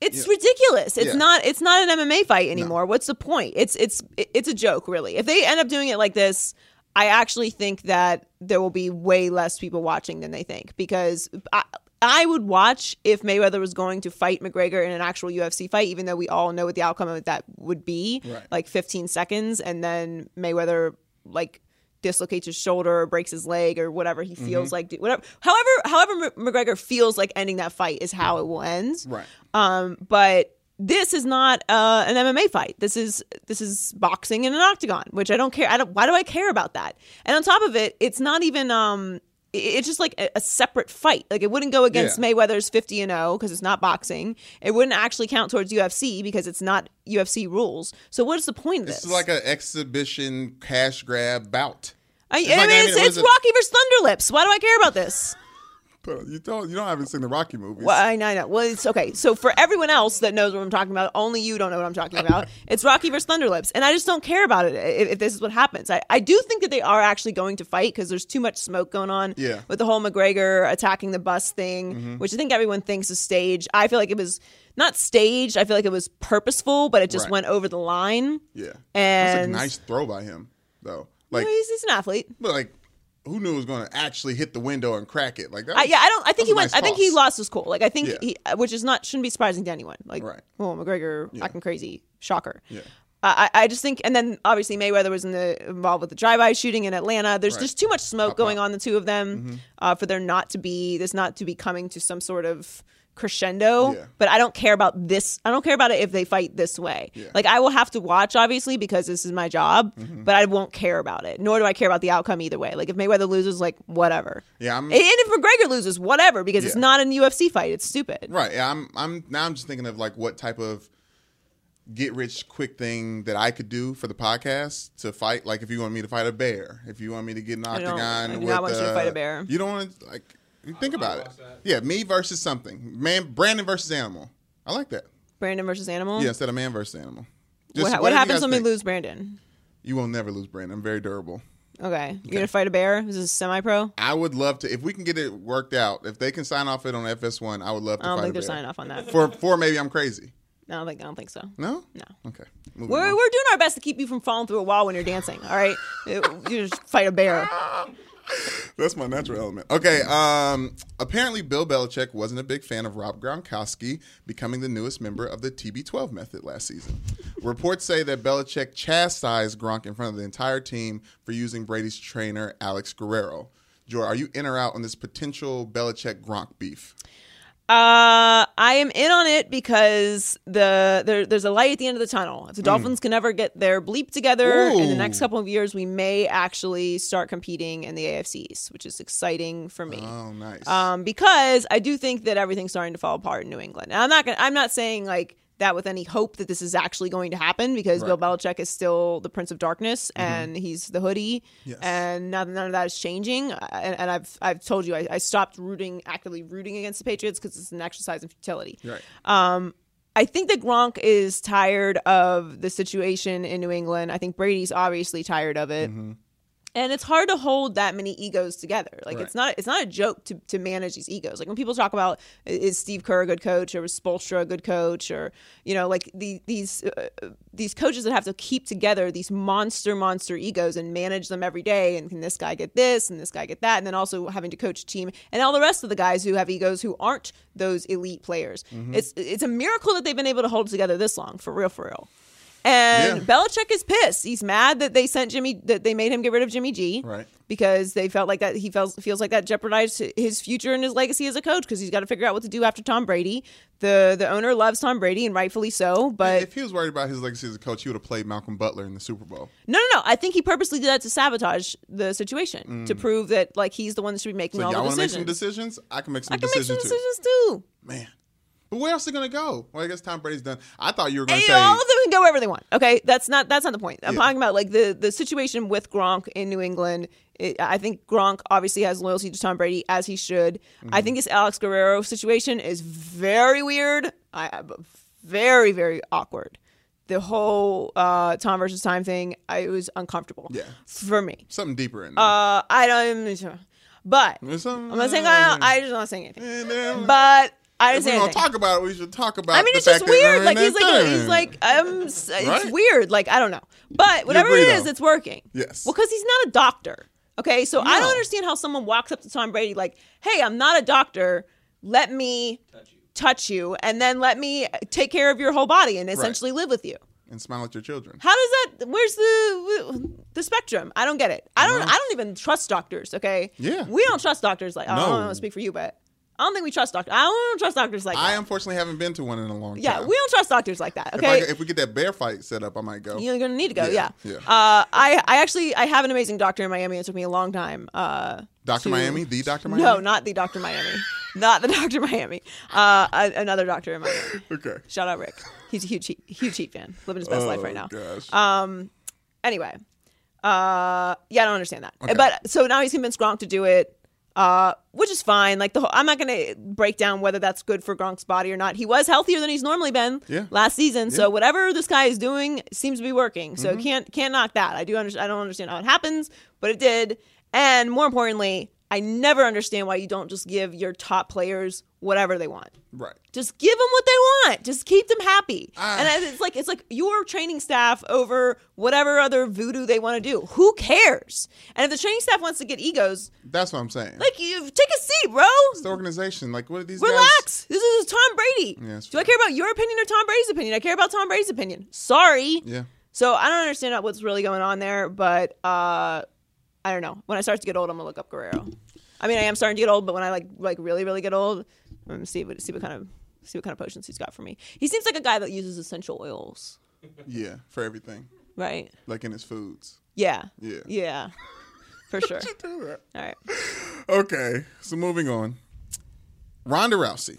[SPEAKER 5] It's ridiculous. It's
[SPEAKER 6] Yeah.
[SPEAKER 5] not. It's not an MMA fight anymore. What's the point? It's it's it's a joke, really. If they end up doing it like this, I actually think that there will be way less people watching than they think because I, I would watch if Mayweather was going to fight McGregor in an actual UFC fight, even though we all know what the outcome of that would be, like 15 seconds, and then Mayweather like dislocates his shoulder or breaks his leg or whatever he
[SPEAKER 6] Mm-hmm.
[SPEAKER 5] feels like, do- whatever. However, however M- McGregor feels like ending that fight is how it will end.
[SPEAKER 6] Right.
[SPEAKER 5] Um, but this is not uh, an MMA fight. This is this is boxing in an octagon, which I don't care. I don't. Why do I care about that? And on top of it, it's not even. Um, i- it's just like a, a separate fight. Like it wouldn't go against
[SPEAKER 6] Yeah.
[SPEAKER 5] Mayweather's fifty and zero because it's not boxing. It wouldn't actually count towards UFC because it's not UFC rules. So what is the point of this?
[SPEAKER 6] This is like an exhibition cash grab bout.
[SPEAKER 5] I,
[SPEAKER 6] it's
[SPEAKER 5] I
[SPEAKER 6] like- I
[SPEAKER 5] mean,
[SPEAKER 6] mean,
[SPEAKER 5] it's,
[SPEAKER 6] what
[SPEAKER 5] it's
[SPEAKER 6] is it?
[SPEAKER 5] Rocky versus Thunderlips. Why do I care about this?
[SPEAKER 6] But you don't you don't haven't seen the Rocky movies.
[SPEAKER 5] Well, I know, I know. Well, it's okay. So for everyone else that knows what I'm talking about, only you don't know what I'm talking about. it's Rocky versus Thunderlips, and I just don't care about it if, if this is what happens. I, I do think that they are actually going to fight because there's too much smoke going on.
[SPEAKER 6] Yeah. Mm-hmm.
[SPEAKER 5] With the whole McGregor attacking the bus thing, which I think everyone thinks is staged. I feel like it was not staged. I feel like it was purposeful, but it just
[SPEAKER 6] Right.
[SPEAKER 5] went over the line.
[SPEAKER 6] yeah, that's a
[SPEAKER 5] And
[SPEAKER 6] nice throw by him though. Like,
[SPEAKER 5] Well, he's, he's an athlete.
[SPEAKER 6] but like, who knew it was going to actually hit the window and crack it? Like, that
[SPEAKER 5] I,
[SPEAKER 6] was-
[SPEAKER 5] yeah, I don't. I
[SPEAKER 6] that
[SPEAKER 5] think
[SPEAKER 6] was
[SPEAKER 5] he
[SPEAKER 6] a
[SPEAKER 5] went.
[SPEAKER 6] nice
[SPEAKER 5] I think he
[SPEAKER 6] toss.
[SPEAKER 5] lost his cool. Like I think
[SPEAKER 6] Yeah.
[SPEAKER 5] he, uh, which is not shouldn't be surprising to anyone. Like,
[SPEAKER 6] Right.
[SPEAKER 5] well, McGregor acting crazy, shocker.
[SPEAKER 6] Yeah.
[SPEAKER 5] I, I I just think, and then obviously Mayweather was in the, involved with the drive-by shooting in Atlanta. There's just too much smoke
[SPEAKER 6] Uh-huh.
[SPEAKER 5] going on the two of them
[SPEAKER 6] Mm-hmm.
[SPEAKER 5] uh, for there not to be this not to be coming to some sort of crescendo.
[SPEAKER 6] Yeah.
[SPEAKER 5] But I don't care about this. I don't care about it if they fight this way. Like I will have to watch obviously because this is my job,
[SPEAKER 6] Mm-hmm.
[SPEAKER 5] but I won't care about it. Nor do I care about the outcome either way. Like if Mayweather loses, like whatever.
[SPEAKER 6] Yeah, I'm-
[SPEAKER 5] And if McGregor loses, whatever, because it's
[SPEAKER 6] Yeah.
[SPEAKER 5] not a UFC fight. It's stupid.
[SPEAKER 6] Right. Yeah, I'm I'm now I'm just thinking of like what type of get rich quick thing that I could do for the podcast to fight. Like if you want me to fight a bear, if you want me to get an
[SPEAKER 5] don't-
[SPEAKER 6] octagon
[SPEAKER 5] I do
[SPEAKER 6] with
[SPEAKER 5] not want you to
[SPEAKER 6] uh,
[SPEAKER 5] fight a bear.
[SPEAKER 6] You don't want to like you think about it. Yeah, me versus something. Man Brandon versus animal. I like that.
[SPEAKER 5] Brandon versus Animal.
[SPEAKER 6] Yeah, instead of man versus animal.
[SPEAKER 5] What, what
[SPEAKER 6] whatever you
[SPEAKER 5] happens
[SPEAKER 6] guys
[SPEAKER 5] when we
[SPEAKER 6] think.
[SPEAKER 5] lose Brandon?
[SPEAKER 6] You will never lose Brandon. I'm very durable.
[SPEAKER 5] Okay. You're going to fight a bear? This is semi pro?
[SPEAKER 6] I would love to if we can get it worked out. If they can sign off it on FS1, I would love to
[SPEAKER 5] I don't
[SPEAKER 6] fight
[SPEAKER 5] think they're
[SPEAKER 6] a bear.
[SPEAKER 5] signing off on that.
[SPEAKER 6] For for maybe I'm crazy.
[SPEAKER 5] No, I don't think, I don't think so.
[SPEAKER 6] No?
[SPEAKER 5] No.
[SPEAKER 6] Okay. Moving
[SPEAKER 5] We're, we're
[SPEAKER 6] on.
[SPEAKER 5] doing our best to keep you from falling through a wall when you're dancing, all right? you just fight a bear.
[SPEAKER 6] That's my natural element. Okay. Um. Apparently, Bill Belichick wasn't a big fan of Rob Gronkowski becoming the newest member of the TB12 method last season. Reports say that Belichick chastised Gronk in front of the entire team for using Brady's trainer Alex Guerrero. Jor, are you in or out on this potential Belichick Gronk beef?
[SPEAKER 5] Uh, I am in on it because the there, there's a light at the end of the tunnel. If the Dolphins can ever get their bleep together in the next
[SPEAKER 6] Mm. Ooh.
[SPEAKER 5] couple of years, we may actually start competing in the AFC East, which is exciting for me.
[SPEAKER 6] Oh, nice.
[SPEAKER 5] um, because I do think that everything's starting to fall apart in New England. And I'm not gonna, I'm not saying like that with any hope that this is actually going to happen because Bill Belichick is still the Prince of Darkness and he's the hoodie, and none, none of that is changing. I- And, and I've I've told you I, I stopped rooting actively rooting against the Patriots because it's an exercise in futility.
[SPEAKER 6] right.
[SPEAKER 5] I think that Gronk is tired of the situation in New England. I think Brady's obviously tired of it. And it's hard to hold that many egos together. Like it's not it's not a joke to, to manage these egos. Like when people talk about i- is Steve Kerr a good coach or was Spolstra a good coach or you know like the, these uh, these coaches that have to keep together these monster monster egos and manage them every day and can this guy get this and this guy get that and then also having to coach a team and all the rest of the guys who have egos who aren't those elite players. It's it's a miracle that they've been able to hold together this long for real for real. And
[SPEAKER 6] Yeah.
[SPEAKER 5] Belichick is pissed. He's mad that they sent Jimmy that they made him get rid of Jimmy G.
[SPEAKER 6] Right.
[SPEAKER 5] Because they felt like that he feels feels like that jeopardized his future and his legacy as a coach because he's got to figure out what to do after Tom Brady. The the owner loves Tom Brady and rightfully so, but
[SPEAKER 6] if he was worried about his legacy as a coach, he would have played Malcolm Butler in the Super Bowl.
[SPEAKER 5] no, no, no. I think he purposely did that to sabotage the situation to prove that like he's the one that should be making
[SPEAKER 6] Mm. So
[SPEAKER 5] all
[SPEAKER 6] y'all
[SPEAKER 5] the
[SPEAKER 6] want to make
[SPEAKER 5] decisions.
[SPEAKER 6] some decisions? I can make some
[SPEAKER 5] I can make
[SPEAKER 6] decisions
[SPEAKER 5] some
[SPEAKER 6] too.
[SPEAKER 5] decisions too.
[SPEAKER 6] Man. But where else are they gonna go? Well, I guess Tom Brady's done. I thought you were gonna
[SPEAKER 5] And
[SPEAKER 6] say
[SPEAKER 5] all of them can go wherever they want. Okay, that's not that's not the point. I'm
[SPEAKER 6] Yeah.
[SPEAKER 5] talking about like the the situation with Gronk in New England. It, I think Gronk obviously has loyalty to Tom Brady as he should. I
[SPEAKER 6] Mm-hmm.
[SPEAKER 5] think this Alex Guerrero situation is very weird. I I- very very awkward. The whole uh, Tom versus Time thing, I, it was uncomfortable
[SPEAKER 6] Yeah.
[SPEAKER 5] for me.
[SPEAKER 6] something deeper in there.
[SPEAKER 5] Uh, I don't, but I'm
[SPEAKER 6] There's something
[SPEAKER 5] not saying I,
[SPEAKER 6] in there.
[SPEAKER 5] I just not saying anything.
[SPEAKER 6] And then-
[SPEAKER 5] But I
[SPEAKER 6] Mm-hmm. if
[SPEAKER 5] just
[SPEAKER 6] we're
[SPEAKER 5] saying
[SPEAKER 6] gonna
[SPEAKER 5] anything.
[SPEAKER 6] talk about it, we should talk about.
[SPEAKER 5] I mean,
[SPEAKER 6] the
[SPEAKER 5] it's just
[SPEAKER 6] fact that they're
[SPEAKER 5] weird.
[SPEAKER 6] in
[SPEAKER 5] Like he's
[SPEAKER 6] that
[SPEAKER 5] like
[SPEAKER 6] thing.
[SPEAKER 5] he's like um, s- it's
[SPEAKER 6] Right?
[SPEAKER 5] weird. Like I don't know, but whatever
[SPEAKER 6] agree,
[SPEAKER 5] it is,
[SPEAKER 6] though.
[SPEAKER 5] it's working.
[SPEAKER 6] Yes.
[SPEAKER 5] Well, because he's not a doctor. Okay, so I don't
[SPEAKER 6] No.
[SPEAKER 5] understand how someone walks up to Tom Brady like, "Hey, I'm not a doctor." let me touch you, and then let me take care of your whole body and essentially live with you.
[SPEAKER 6] and smile at your children.
[SPEAKER 5] How does that? Where's the the spectrum? I don't get it. I don't. I don't even trust doctors. Okay.
[SPEAKER 6] Yeah.
[SPEAKER 5] We don't trust doctors like. I don't
[SPEAKER 6] No.
[SPEAKER 5] want to speak for you, but I don't think we trust doctors. I don't trust doctors like.
[SPEAKER 6] I
[SPEAKER 5] that.
[SPEAKER 6] unfortunately haven't been to one in a long
[SPEAKER 5] Yeah,
[SPEAKER 6] time.
[SPEAKER 5] we don't trust doctors like that.
[SPEAKER 6] If, I,
[SPEAKER 5] Okay.
[SPEAKER 6] if we get that bear fight set up, I might go.
[SPEAKER 5] You're gonna need to go. Yeah.
[SPEAKER 6] Yeah, yeah.
[SPEAKER 5] Uh, I I actually I have an amazing doctor in Miami. It took me a long time. Uh,
[SPEAKER 6] Doctor
[SPEAKER 5] to-
[SPEAKER 6] Miami, the Doctor Miami.
[SPEAKER 5] No, not the Doctor Miami. not the Doctor Miami. Uh, a- another doctor in Miami.
[SPEAKER 6] Okay. Oh,
[SPEAKER 5] Shout out Rick. He's a huge Heat- huge Heat fan. Living his best life right now. Um,
[SPEAKER 6] Gosh.
[SPEAKER 5] Anyway. Uh, yeah, I don't understand that. But so now he's convinced Gronk to do it. Uh, which is fine. Like the whole, I'm not gonna break down whether that's good for Gronk's body or not. He was healthier than he's normally been
[SPEAKER 6] Yeah. Mm-hmm.
[SPEAKER 5] last season, so whatever this guy is doing seems to be working. So can't can't knock that. I do under, I don't understand how it happens, but it did. And more importantly, I never understand why you don't just give your top players whatever they want.
[SPEAKER 6] right.
[SPEAKER 5] Just give them what they want. Just keep them happy.
[SPEAKER 6] Ah.
[SPEAKER 5] and I- it's like it's like your training staff over whatever other voodoo they want to do. Who cares? And if the training staff wants to get egos,
[SPEAKER 6] That's what I'm saying.
[SPEAKER 5] like you take a seat, bro.
[SPEAKER 6] it's the organization. Like, what are these guys?
[SPEAKER 5] Relax. This is Tom Brady.
[SPEAKER 6] Yeah, that's
[SPEAKER 5] do I
[SPEAKER 6] fair.
[SPEAKER 5] care about your opinion or Tom Brady's opinion? I care about Tom Brady's opinion. Sorry.
[SPEAKER 6] Yeah.
[SPEAKER 5] So I don't understand what's really going on there, but uh, I don't know. When I start to get old, I'm gonna look up Guerrero. I mean, I am starting to get old, but when I like like really really get old, I'm gonna see what see what kind of see what kind of potions he's got for me. He seems like a guy that uses essential oils,
[SPEAKER 6] Yeah, for everything.
[SPEAKER 5] right?
[SPEAKER 6] Like in his foods.
[SPEAKER 5] Yeah.
[SPEAKER 6] Yeah.
[SPEAKER 5] Yeah. For sure. All right.
[SPEAKER 6] Okay, so moving on. Ronda Rousey.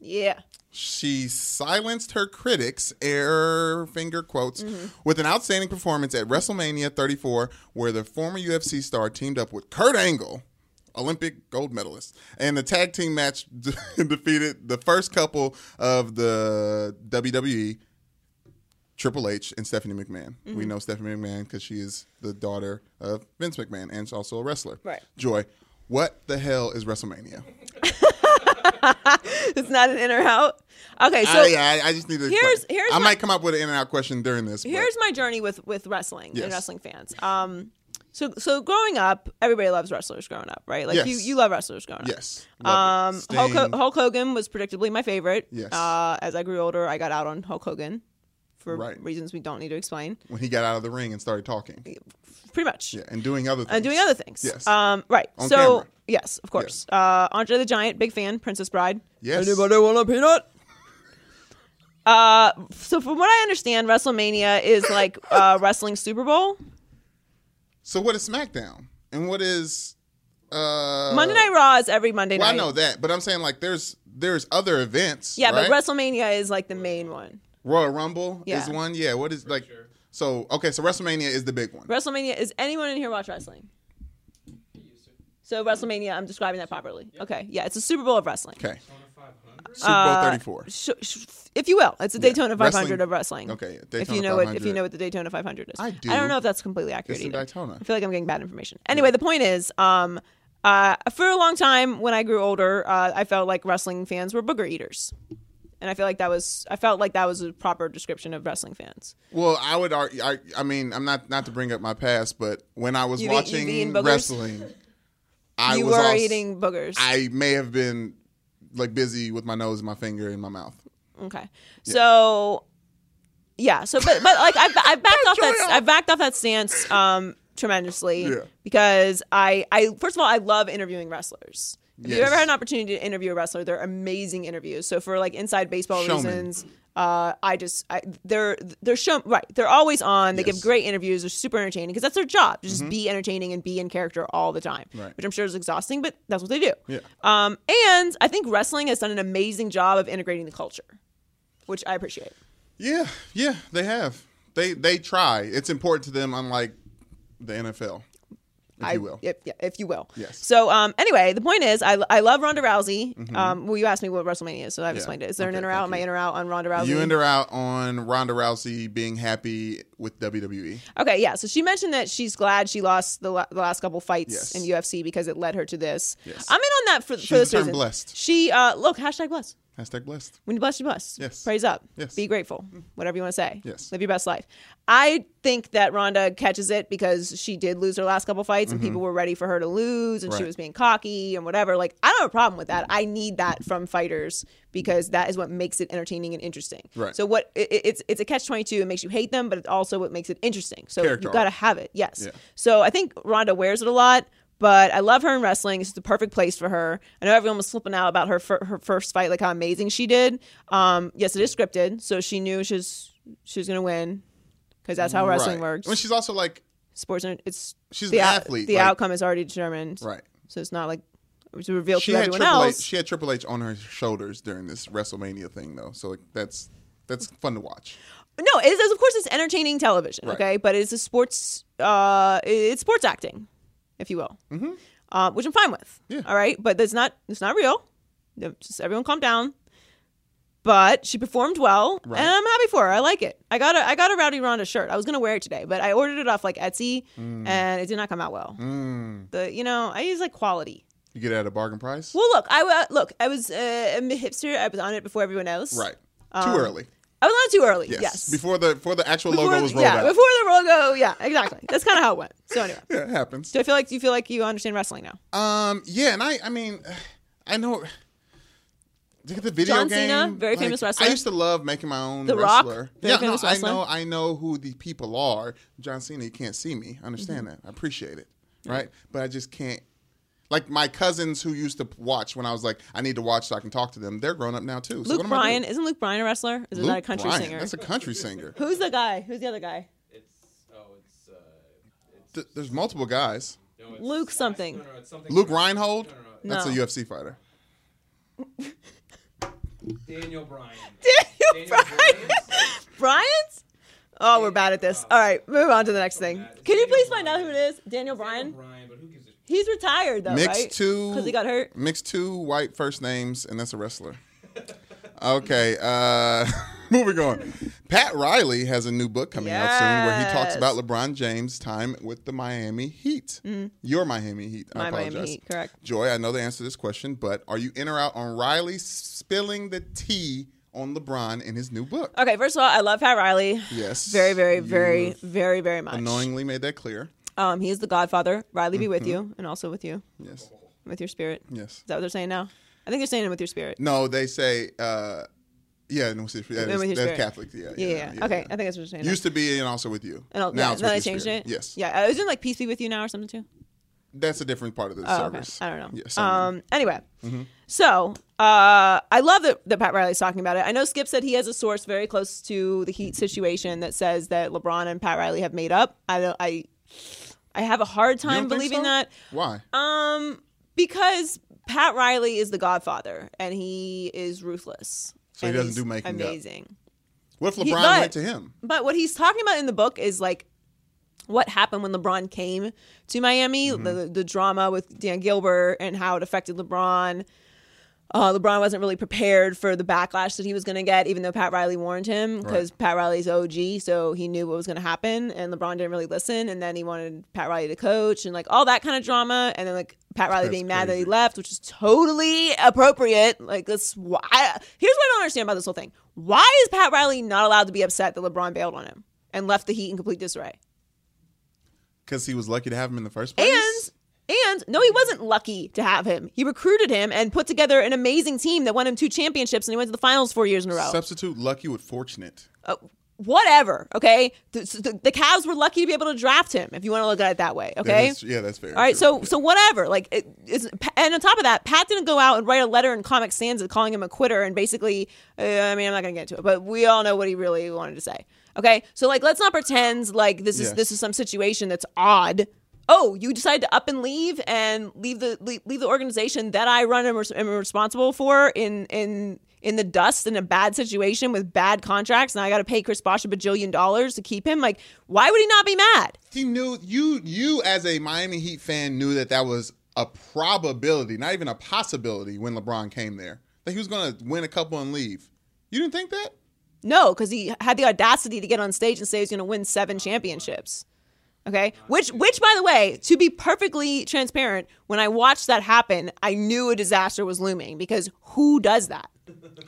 [SPEAKER 5] Yeah.
[SPEAKER 6] She silenced her critics, air finger quotes, with an outstanding performance at WrestleMania 34, where the former UFC star teamed up with Kurt Angle, Olympic gold medalist, and the tag team match defeated the first couple of the WWE, Triple H and Stephanie McMahon. We know Stephanie McMahon because she is the daughter of Vince McMahon and she's also a wrestler.
[SPEAKER 5] Right.
[SPEAKER 6] Joy, what the hell is WrestleMania?
[SPEAKER 5] It's not an in or out. Okay. So.
[SPEAKER 6] I, uh, I, I just need to. explain.
[SPEAKER 5] Here's- here's
[SPEAKER 6] I
[SPEAKER 5] my-
[SPEAKER 6] might come up with an in and out question during this. but-
[SPEAKER 5] here's my journey with with wrestling and
[SPEAKER 6] Yes.
[SPEAKER 5] wrestling fans. Um, so so growing up, everybody loves wrestlers growing up, right? Like you
[SPEAKER 6] Yes.
[SPEAKER 5] you love wrestlers growing up.
[SPEAKER 6] yes. Love it.
[SPEAKER 5] Um, Hulk, Ho-
[SPEAKER 6] Sting.
[SPEAKER 5] Hulk Hogan was predictably my favorite.
[SPEAKER 6] Yes.
[SPEAKER 5] Uh, as I grew older, I got out on Hulk Hogan for
[SPEAKER 6] Right.
[SPEAKER 5] reasons we don't need to explain.
[SPEAKER 6] when he got out of the ring and started talking,
[SPEAKER 5] Pretty much.
[SPEAKER 6] yeah, and doing other things.
[SPEAKER 5] And doing other things.
[SPEAKER 6] Yes.
[SPEAKER 5] Um, right.
[SPEAKER 6] On
[SPEAKER 5] so
[SPEAKER 6] camera.
[SPEAKER 5] yes, of course. Uh, Andre the Giant, big fan. Princess Bride.
[SPEAKER 6] Yes.
[SPEAKER 5] Anybody want a peanut? Uh, so from what I understand, WrestleMania is like uh, wrestling Super Bowl.
[SPEAKER 6] So what is SmackDown and what is uh,
[SPEAKER 5] Monday Night Raw is every Monday
[SPEAKER 6] Well,
[SPEAKER 5] night.
[SPEAKER 6] I know that, but I'm saying like there's there's other events.
[SPEAKER 5] Yeah,
[SPEAKER 6] right?
[SPEAKER 5] but WrestleMania is like the main one.
[SPEAKER 6] Royal Rumble
[SPEAKER 5] Yeah.
[SPEAKER 6] is one. Yeah, what is like? So okay, so WrestleMania is the big one.
[SPEAKER 5] WrestleMania is anyone in here watch wrestling? So WrestleMania, I'm describing that properly. Okay, yeah, it's a Super Bowl of wrestling.
[SPEAKER 6] okay, Super Bowl
[SPEAKER 5] Uh,
[SPEAKER 6] 34.
[SPEAKER 5] Sh- sh- if you will, it's a Daytona 500
[SPEAKER 6] Wrestling-
[SPEAKER 5] of wrestling.
[SPEAKER 6] Okay, yeah,
[SPEAKER 5] if
[SPEAKER 6] Daytona
[SPEAKER 5] you know what if you
[SPEAKER 6] 500.
[SPEAKER 5] know what the Daytona 500 is,
[SPEAKER 6] I
[SPEAKER 5] I
[SPEAKER 6] do.
[SPEAKER 5] don't know if that's completely accurate
[SPEAKER 6] It's in
[SPEAKER 5] either.
[SPEAKER 6] Daytona.
[SPEAKER 5] I feel like I'm getting bad information. Anyway, the point is, um, uh, for a long time when I grew older, uh, I felt like wrestling fans were booger eaters, and I feel like that was I felt like that was a proper description of wrestling fans.
[SPEAKER 6] Well, I would argue. I, I mean, I'm not not to bring up my past, but when I was
[SPEAKER 5] You've eat- you've
[SPEAKER 6] watching
[SPEAKER 5] eaten boogers?
[SPEAKER 6] wrestling, I
[SPEAKER 5] you
[SPEAKER 6] was
[SPEAKER 5] were
[SPEAKER 6] also-
[SPEAKER 5] eating boogers.
[SPEAKER 6] I may have been like busy with my nose, and my finger, and my mouth.
[SPEAKER 5] Okay. So yeah, so but but like I've, I've backed off that I've backed off that stance um tremendously
[SPEAKER 6] Yeah.
[SPEAKER 5] because I I first of all I love interviewing wrestlers. If you've
[SPEAKER 6] Yes.
[SPEAKER 5] ever had an opportunity to interview a wrestler, they're amazing interviews. So for like inside baseball
[SPEAKER 6] Showmen.
[SPEAKER 5] reasons, uh, I just I, they're they're show right. They're always on. They give
[SPEAKER 6] Yes. Mm-hmm.
[SPEAKER 5] great interviews. They're super entertaining because that's their job to just be entertaining and be in character all the time,
[SPEAKER 6] Right.
[SPEAKER 5] which I'm sure is exhausting, but that's what they do.
[SPEAKER 6] Yeah.
[SPEAKER 5] Um, and I think wrestling has done an amazing job of integrating the culture which I appreciate.
[SPEAKER 6] Yeah, yeah, they have. They they try. It's important to them, unlike the NFL, if
[SPEAKER 5] I
[SPEAKER 6] you will.
[SPEAKER 5] If, yeah, if you will.
[SPEAKER 6] Yes. Mm-hmm.
[SPEAKER 5] So um, anyway, the point is, I, I love Ronda Rousey. Um, well, you asked me what WrestleMania is, so I've explained it. Is there an
[SPEAKER 6] Okay,
[SPEAKER 5] in or out?
[SPEAKER 6] thank
[SPEAKER 5] Am I
[SPEAKER 6] you.
[SPEAKER 5] in or out on Ronda Rousey?
[SPEAKER 6] You end her out on Ronda Rousey being happy with E. WWE.
[SPEAKER 5] Okay, yeah. So she mentioned that she's glad she lost the, la- the last couple fights
[SPEAKER 6] Yes.
[SPEAKER 5] in UFC because it led her to this.
[SPEAKER 6] Yes.
[SPEAKER 5] I'm in on that for,
[SPEAKER 6] She's
[SPEAKER 5] for this
[SPEAKER 6] the term
[SPEAKER 5] reason.
[SPEAKER 6] blessed.
[SPEAKER 5] She uh, look hashtag blessed.
[SPEAKER 6] Hashtag blessed.
[SPEAKER 5] When you bless, you bless.
[SPEAKER 6] Yes.
[SPEAKER 5] Praise up.
[SPEAKER 6] Yes. Mm-hmm.
[SPEAKER 5] Be grateful. Whatever you want to say.
[SPEAKER 6] Yes.
[SPEAKER 5] Live your best life. I think that Rhonda catches it because she did lose her last couple fights, fights and people were ready for her to lose and she
[SPEAKER 6] Mm-hmm. Right. Mm-hmm.
[SPEAKER 5] was being cocky and whatever. Like, I don't have a problem with that. I need that from fighters because that is what makes it entertaining and interesting.
[SPEAKER 6] Right.
[SPEAKER 5] So what it, it- it's it's a catch twenty two. It makes you hate them, but it's also what makes it interesting. So
[SPEAKER 6] Character
[SPEAKER 5] you got to
[SPEAKER 6] arc.
[SPEAKER 5] have it. Yes.
[SPEAKER 6] Yeah.
[SPEAKER 5] So I think Ronda wears it a lot, but I love her in wrestling. It's the perfect place for her. I know everyone was flipping out about her fir- her first fight, like how amazing she did. Um, yes, it is scripted, so she knew she's she's gonna win because that's how wrestling
[SPEAKER 6] right.
[SPEAKER 5] works.
[SPEAKER 6] When she's also like,
[SPEAKER 5] Sports, and it's
[SPEAKER 6] She's
[SPEAKER 5] the
[SPEAKER 6] an
[SPEAKER 5] out-
[SPEAKER 6] athlete,
[SPEAKER 5] The
[SPEAKER 6] like-
[SPEAKER 5] outcome is already determined,
[SPEAKER 6] Right.
[SPEAKER 5] So it's not like it was revealed
[SPEAKER 6] she
[SPEAKER 5] to
[SPEAKER 6] had
[SPEAKER 5] everyone
[SPEAKER 6] Triple H,
[SPEAKER 5] else.
[SPEAKER 6] she had Triple H on her shoulders during this WrestleMania thing though, so like that's that's fun to watch.
[SPEAKER 5] No, it is of course it's entertaining television,
[SPEAKER 6] Right.
[SPEAKER 5] okay, but it's a sports, uh, it's sports acting, if you will, mm-hmm. uh, which I'm fine with.
[SPEAKER 6] Yeah.
[SPEAKER 5] All right, but that's not it's not real. No, Just everyone calm down. But she performed well,
[SPEAKER 6] Right.
[SPEAKER 5] and I'm happy for her. I like it. I got a I got a Rowdy Ronda shirt. I was gonna wear it today, but I ordered it off like Etsy,
[SPEAKER 6] Mm.
[SPEAKER 5] and it did not come out well. The you know I use like quality.
[SPEAKER 6] You get it at a bargain price,
[SPEAKER 5] Well, look, I uh, look. I was uh, I'm a hipster. I was on it before everyone else.
[SPEAKER 6] right? Too early.
[SPEAKER 5] I was on it too early.
[SPEAKER 6] Yes.
[SPEAKER 5] Um, Yes.
[SPEAKER 6] Before the before the actual
[SPEAKER 5] Before-
[SPEAKER 6] logo was rolled
[SPEAKER 5] yeah,
[SPEAKER 6] out.
[SPEAKER 5] Before the logo, yeah, exactly. That's kind of how it went. So anyway,
[SPEAKER 6] yeah, it happens.
[SPEAKER 5] do I feel like do you feel like you understand wrestling now?
[SPEAKER 6] Um, yeah, and I, I mean, I know. Look at the video
[SPEAKER 5] John
[SPEAKER 6] game.
[SPEAKER 5] Cena, very famous wrestler.
[SPEAKER 6] I used to love making my own
[SPEAKER 5] The Rock,
[SPEAKER 6] wrestler.
[SPEAKER 5] very
[SPEAKER 6] yeah, no,
[SPEAKER 5] famous wrestler.
[SPEAKER 6] I know. I know who the people are. John Cena, you can't see me. I understand
[SPEAKER 5] Mm-hmm.
[SPEAKER 6] that. I appreciate it, right? But I just can't. Like my cousins who used to watch when I was like, I need to watch so I can talk to them. They're grown up now too. So what
[SPEAKER 5] Luke
[SPEAKER 6] am I
[SPEAKER 5] Bryan
[SPEAKER 6] doing?
[SPEAKER 5] isn't Luke Bryan a wrestler? Is
[SPEAKER 6] Luke
[SPEAKER 5] that a country
[SPEAKER 6] Bryan,
[SPEAKER 5] singer?
[SPEAKER 6] That's a country singer.
[SPEAKER 5] Who's the guy? Who's the other guy?
[SPEAKER 6] Th- There's multiple guys.
[SPEAKER 3] Oh,
[SPEAKER 5] Luke something.
[SPEAKER 6] Luke Reinhold. That's a
[SPEAKER 5] No.
[SPEAKER 6] UFC fighter.
[SPEAKER 3] Daniel Bryan.
[SPEAKER 5] Daniel Bryan. Bryan's. Oh, we're bad at this.
[SPEAKER 3] Uh,
[SPEAKER 5] All right, move on to the next thing. Can you please find out who it is? Daniel Bryan.
[SPEAKER 3] Bryan, but who gives a shit?
[SPEAKER 5] He's retired though,
[SPEAKER 6] Mixed
[SPEAKER 5] right?
[SPEAKER 6] two.
[SPEAKER 5] Because he got hurt.
[SPEAKER 6] Mixed two white first names, and that's a wrestler. Okay, uh, moving on. Pat Riley has a new book coming out soon where he
[SPEAKER 5] Yes.
[SPEAKER 6] talks
[SPEAKER 5] Mm.
[SPEAKER 6] about LeBron James' time with the Miami Heat. Your Miami Heat. I
[SPEAKER 5] My Miami
[SPEAKER 6] apologize.
[SPEAKER 5] Heat, correct.
[SPEAKER 6] Joy, I know the answer to this question, but are you in or out on Riley spilling the tea on LeBron in his new book?
[SPEAKER 5] Okay, first of all, I love Pat Riley.
[SPEAKER 6] Yes.
[SPEAKER 5] Very, very, very,
[SPEAKER 6] You've
[SPEAKER 5] very, very much.
[SPEAKER 6] Annoyingly made that clear.
[SPEAKER 5] Um, he is the Godfather. Riley be
[SPEAKER 6] Mm-hmm.
[SPEAKER 5] with you, and also with you,
[SPEAKER 6] Yes.
[SPEAKER 5] with your spirit.
[SPEAKER 6] Yes.
[SPEAKER 5] Is that what they're saying now? I think they're saying it with your spirit.
[SPEAKER 6] No, they say, uh, yeah, no, that
[SPEAKER 5] And
[SPEAKER 6] is,
[SPEAKER 5] with your
[SPEAKER 6] that's
[SPEAKER 5] spirit.
[SPEAKER 6] Catholic. Yeah,
[SPEAKER 5] Yeah, yeah. okay, I think that's what they're saying. now.
[SPEAKER 6] Used to be and also with you.
[SPEAKER 5] and I'll-
[SPEAKER 6] now
[SPEAKER 5] yeah,
[SPEAKER 6] it's
[SPEAKER 5] then
[SPEAKER 6] with
[SPEAKER 5] I
[SPEAKER 6] your
[SPEAKER 5] changed
[SPEAKER 6] spirit.
[SPEAKER 5] it.
[SPEAKER 6] Yes.
[SPEAKER 5] Yeah, I was in like peace be with you now or something too.
[SPEAKER 6] That's a different part of the
[SPEAKER 5] Oh, okay.
[SPEAKER 6] service.
[SPEAKER 5] I don't know.
[SPEAKER 6] Yes. Mm-hmm.
[SPEAKER 5] um. Anyway, so uh, I love that, that Pat Riley's talking about it. I know Skip said he has a source very close to the Heat situation that says that LeBron and Pat Riley have made up. I don't. I. I have a hard time believing that.
[SPEAKER 6] Why?
[SPEAKER 5] Um, because Pat Riley is the Godfather, and he is ruthless.
[SPEAKER 6] So he
[SPEAKER 5] and
[SPEAKER 6] doesn't
[SPEAKER 5] he's
[SPEAKER 6] do making up.
[SPEAKER 5] amazing.
[SPEAKER 6] what if LeBron
[SPEAKER 5] he-
[SPEAKER 6] went
[SPEAKER 5] but-
[SPEAKER 6] to him?
[SPEAKER 5] But what he's talking about in the book is like what happened when LeBron came to Miami, the, the drama with Dan Gilbert and how it affected LeBron. Uh, LeBron wasn't really prepared for the backlash that he was going to get, even though Pat Riley warned him because Pat Riley's OG, so he knew what was going to happen. And LeBron didn't really listen, and then he wanted Pat Riley to coach and like all that kind of drama. And then like Pat Riley
[SPEAKER 6] That's
[SPEAKER 5] being mad that he
[SPEAKER 6] crazy.
[SPEAKER 5] left, which is totally appropriate. Like this, why? Here's what I don't understand about this whole thing: Why is Pat Riley not allowed to be upset that LeBron bailed on him and left the Heat in complete disarray?
[SPEAKER 6] Because he was lucky to have him in the first place.
[SPEAKER 5] And and no, he wasn't lucky to have him. He recruited him and put together an amazing team that won him two championships, and he went to the finals four years in a row.
[SPEAKER 6] substitute lucky with fortunate.
[SPEAKER 5] Whatever, okay. The, the, the Cavs were lucky to be able to draft him, if you want to look at it that way,
[SPEAKER 6] That
[SPEAKER 5] okay.
[SPEAKER 6] is- yeah, that's fair.
[SPEAKER 5] All right,
[SPEAKER 6] True.
[SPEAKER 5] so so whatever. Like, it, it's, and on top of that, Pat didn't go out and write a letter in Comic Sans calling him a quitter and basically. Uh, I mean, I'm not gonna get into it, but we all know what he really wanted to say. Okay, so like, let's not pretend like this is
[SPEAKER 6] Yes.
[SPEAKER 5] this is some situation that's odd. Oh, you decide to up and leave and leave the leave, leave the organization that I run and res- am responsible for in in in the dust in a bad situation with bad contracts, and I got to pay Chris Bosh a bajillion dollars to keep him. Like, why would he not be mad?
[SPEAKER 6] he knew you. You as a Miami Heat fan knew that that was a probability, not even a possibility, when LeBron came there that he was going to win a couple and leave. You didn't think that?
[SPEAKER 5] No, because he had the audacity to get on stage and say he's going to win seven championships. Okay, which which by the way, to be perfectly transparent, when I watched that happen, I knew a disaster was looming because who does that?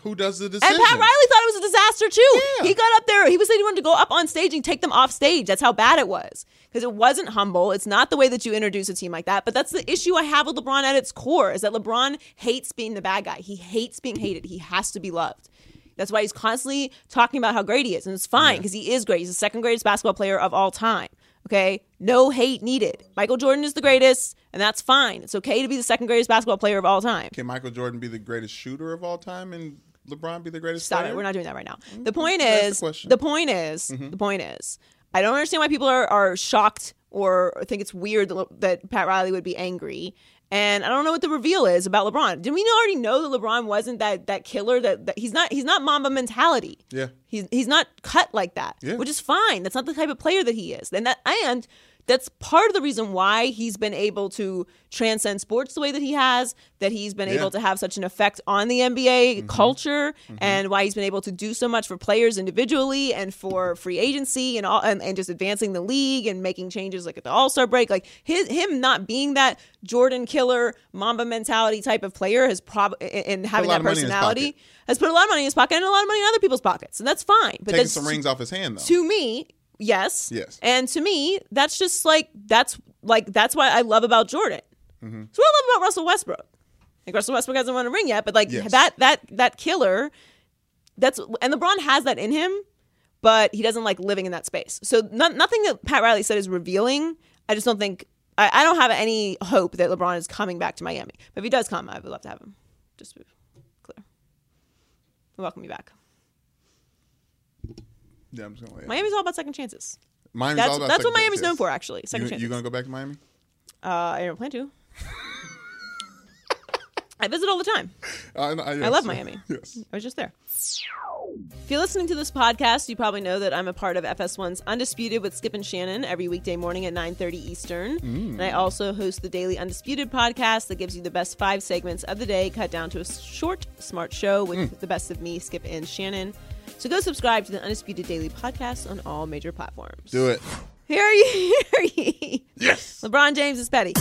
[SPEAKER 6] Who does the decision?
[SPEAKER 5] And Pat Riley thought it was a disaster too.
[SPEAKER 6] Yeah.
[SPEAKER 5] He got up there. He was saying he wanted to go up on stage and take them off stage. That's how bad it was. because it wasn't humble. It's not the way that you introduce a team like that. But that's the issue I have with LeBron at its core is that LeBron hates being the bad guy. He hates being hated. He has to be loved. That's why he's constantly talking about how great he is, and it's fine because he is great. He's the second greatest basketball player of all time. Okay, no hate needed. Michael Jordan is the greatest, and that's fine. It's okay to be the second greatest basketball player of all time.
[SPEAKER 6] Can Michael Jordan be the greatest shooter of all time and LeBron be the greatest
[SPEAKER 5] Stop
[SPEAKER 6] player? Mm-hmm.
[SPEAKER 5] it. We're not doing that right now. The point
[SPEAKER 6] That's the
[SPEAKER 5] is, the,
[SPEAKER 6] question. Mm-hmm.
[SPEAKER 5] point is, the point is, I don't understand why people are, are shocked or think it's weird that, that Pat Riley would be angry. And I don't know what the reveal is about LeBron. Did we already know that LeBron wasn't that that killer? That, that he's not he's not Mamba mentality.
[SPEAKER 6] Yeah.
[SPEAKER 5] he's he's not cut like that.
[SPEAKER 6] Yeah.
[SPEAKER 5] which is fine. That's not the type of player that he is. And that and that's part of the reason why he's been able to transcend sports the way that he has. That he's been able to have such an effect on the NBA
[SPEAKER 6] Mm-hmm.
[SPEAKER 5] culture and why he's been able to do so much for players individually and for free agency and all and, and just advancing the league and making changes like at the all-star break like his him not being that jordan killer mamba mentality type of player has prob and- and having
[SPEAKER 6] lot
[SPEAKER 5] that
[SPEAKER 6] of money in his
[SPEAKER 5] personality
[SPEAKER 6] pocket.
[SPEAKER 5] has put a lot of money in his pocket and a lot of money in other people's pockets and that's fine but
[SPEAKER 6] Taking
[SPEAKER 5] that's
[SPEAKER 6] some rings off his hand though.
[SPEAKER 5] to me yes
[SPEAKER 6] Yes.
[SPEAKER 5] and to me that's just like that's like that's why i love about jordan
[SPEAKER 6] Mm-hmm.
[SPEAKER 5] so what i love about russell westbrook like russell westbrook hasn't won a ring yet but like
[SPEAKER 6] Yes.
[SPEAKER 5] that that that killer that's and lebron has that in him but he doesn't like living in that space so no, nothing that pat riley said is revealing i just don't think I, I don't have any hope that lebron is coming back to miami but if he does come i would love to have him just to be clear welcome me back
[SPEAKER 6] yeah, I'm just gonna Miami,
[SPEAKER 5] miami's all about second chances
[SPEAKER 6] Miami's
[SPEAKER 5] that's
[SPEAKER 6] all about
[SPEAKER 5] that's what
[SPEAKER 6] second
[SPEAKER 5] Miami's
[SPEAKER 6] chances.
[SPEAKER 5] known for, actually. Second
[SPEAKER 6] You,
[SPEAKER 5] chances.
[SPEAKER 6] you gonna go back to Miami?
[SPEAKER 5] uh, I don't plan to. I visit all the time.
[SPEAKER 6] I, know- yes.
[SPEAKER 5] I love Miami.
[SPEAKER 6] Yes.
[SPEAKER 5] I was just there. If you're listening to this podcast, you probably know that I'm a part of FS1's Undisputed with Skip and Shannon every weekday morning at 9:30 Eastern, and I also host the daily Undisputed podcast that gives you the best five segments of the day, cut down to a short, smart show with
[SPEAKER 6] Mm.
[SPEAKER 5] the best of me, Skip and Shannon. So go subscribe to the Undisputed Daily podcast on all major platforms.
[SPEAKER 6] Do it.
[SPEAKER 5] Hear ye, hear ye. Yes. LeBron James is petty.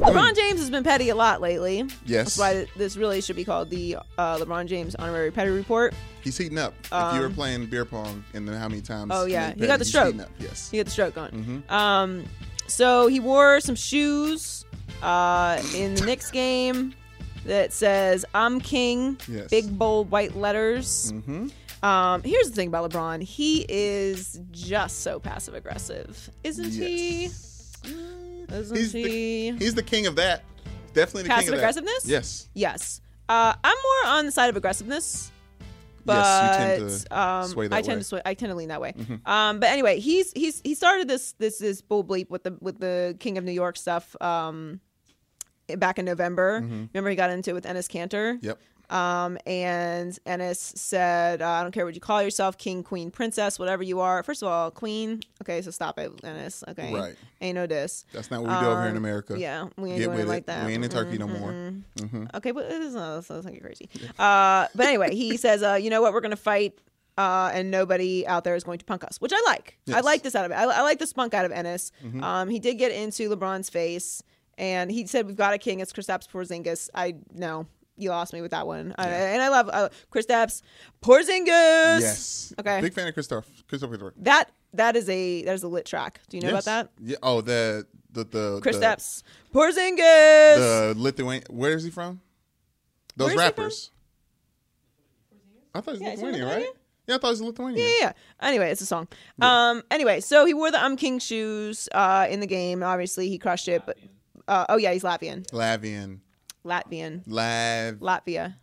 [SPEAKER 5] LeBron James has been petty a lot lately.
[SPEAKER 6] Yes.
[SPEAKER 5] That's why th- this really should be called the uh, LeBron James Honorary Petty Report.
[SPEAKER 6] He's heating up. if you were playing beer pong and then how many
[SPEAKER 5] Um,
[SPEAKER 6] times?
[SPEAKER 5] Oh, yeah.
[SPEAKER 6] made
[SPEAKER 5] He got the
[SPEAKER 6] patties, he's
[SPEAKER 5] stroke.
[SPEAKER 6] heating up. Yes. Mm-hmm.
[SPEAKER 5] He got the stroke going. Um, so he wore some shoes uh, in the Knicks game that says, I'm king,
[SPEAKER 6] Yes. Mm-hmm.
[SPEAKER 5] big, bold, white letters. Um, here's the thing about LeBron. He is just so passive aggressive, isn't he?
[SPEAKER 6] Yes.
[SPEAKER 5] Isn't
[SPEAKER 6] He's
[SPEAKER 5] he?
[SPEAKER 6] the, he's the king of that. Definitely the king
[SPEAKER 5] Passive
[SPEAKER 6] of that.
[SPEAKER 5] aggressiveness?
[SPEAKER 6] Yes.
[SPEAKER 5] Yes. Uh, I'm more on the side of aggressiveness. But
[SPEAKER 6] Yes, you tend to
[SPEAKER 5] um,
[SPEAKER 6] sway that
[SPEAKER 5] I tend
[SPEAKER 6] way. Mm-hmm.
[SPEAKER 5] to sw- I tend to lean that way. Um, but anyway, he's he's he started this this this bull bleep with the with the King of New York stuff um, back in November. Remember he got into it with Ennis Cantor.
[SPEAKER 6] Mm-hmm. Yep.
[SPEAKER 5] Um, and Ennis said, uh, I don't care what you call yourself, king, queen, princess, whatever you are. First of all, queen. Okay, so stop it, Ennis. Okay.
[SPEAKER 6] Right.
[SPEAKER 5] Ain't no this.
[SPEAKER 6] That's not what we do over here in America.
[SPEAKER 5] Um, yeah, we ain't
[SPEAKER 6] Get
[SPEAKER 5] doing it
[SPEAKER 6] with
[SPEAKER 5] like that. Mm-hmm.
[SPEAKER 6] We ain't in Turkey no more.
[SPEAKER 5] Okay, but it is not, that's not like crazy. Uh, but anyway, he says, uh, you know what? We're going to fight, uh, and nobody out there is going to punk us, which I like. I
[SPEAKER 6] Yes. Mm-hmm.
[SPEAKER 5] like this out of it. I, I like this punk out of Ennis. Um, he did get into LeBron's face, and he said, "We've got a king. It's Kristaps Porzingis." I know you lost me with that one, I, and I love uh, Kristaps Porzingis.
[SPEAKER 6] Yes.
[SPEAKER 5] Okay.
[SPEAKER 6] Big fan of Christoph. Christoph Christoph.
[SPEAKER 5] That that is a that is a lit track. Do you know
[SPEAKER 6] Yes.
[SPEAKER 5] about that?
[SPEAKER 6] Yeah. Oh, the the the
[SPEAKER 5] Chris
[SPEAKER 6] the-
[SPEAKER 5] Stapps, Porzingis.
[SPEAKER 6] the Lithuanian. Where is he from? Those
[SPEAKER 5] Where is he
[SPEAKER 6] rappers. I thought he was
[SPEAKER 5] Yeah, is he
[SPEAKER 6] Lithuanian, right?
[SPEAKER 5] Lithuanian?
[SPEAKER 6] Yeah, I thought he was Lithuanian.
[SPEAKER 5] Yeah, yeah, yeah. Anyway, it's a song. Um. Anyway, so he wore the Um King shoes uh, in the game. Obviously, he crushed it. But uh, oh yeah, he's Latvian.
[SPEAKER 6] Lavian,
[SPEAKER 5] Latvian.
[SPEAKER 6] Lav,
[SPEAKER 5] Latvia.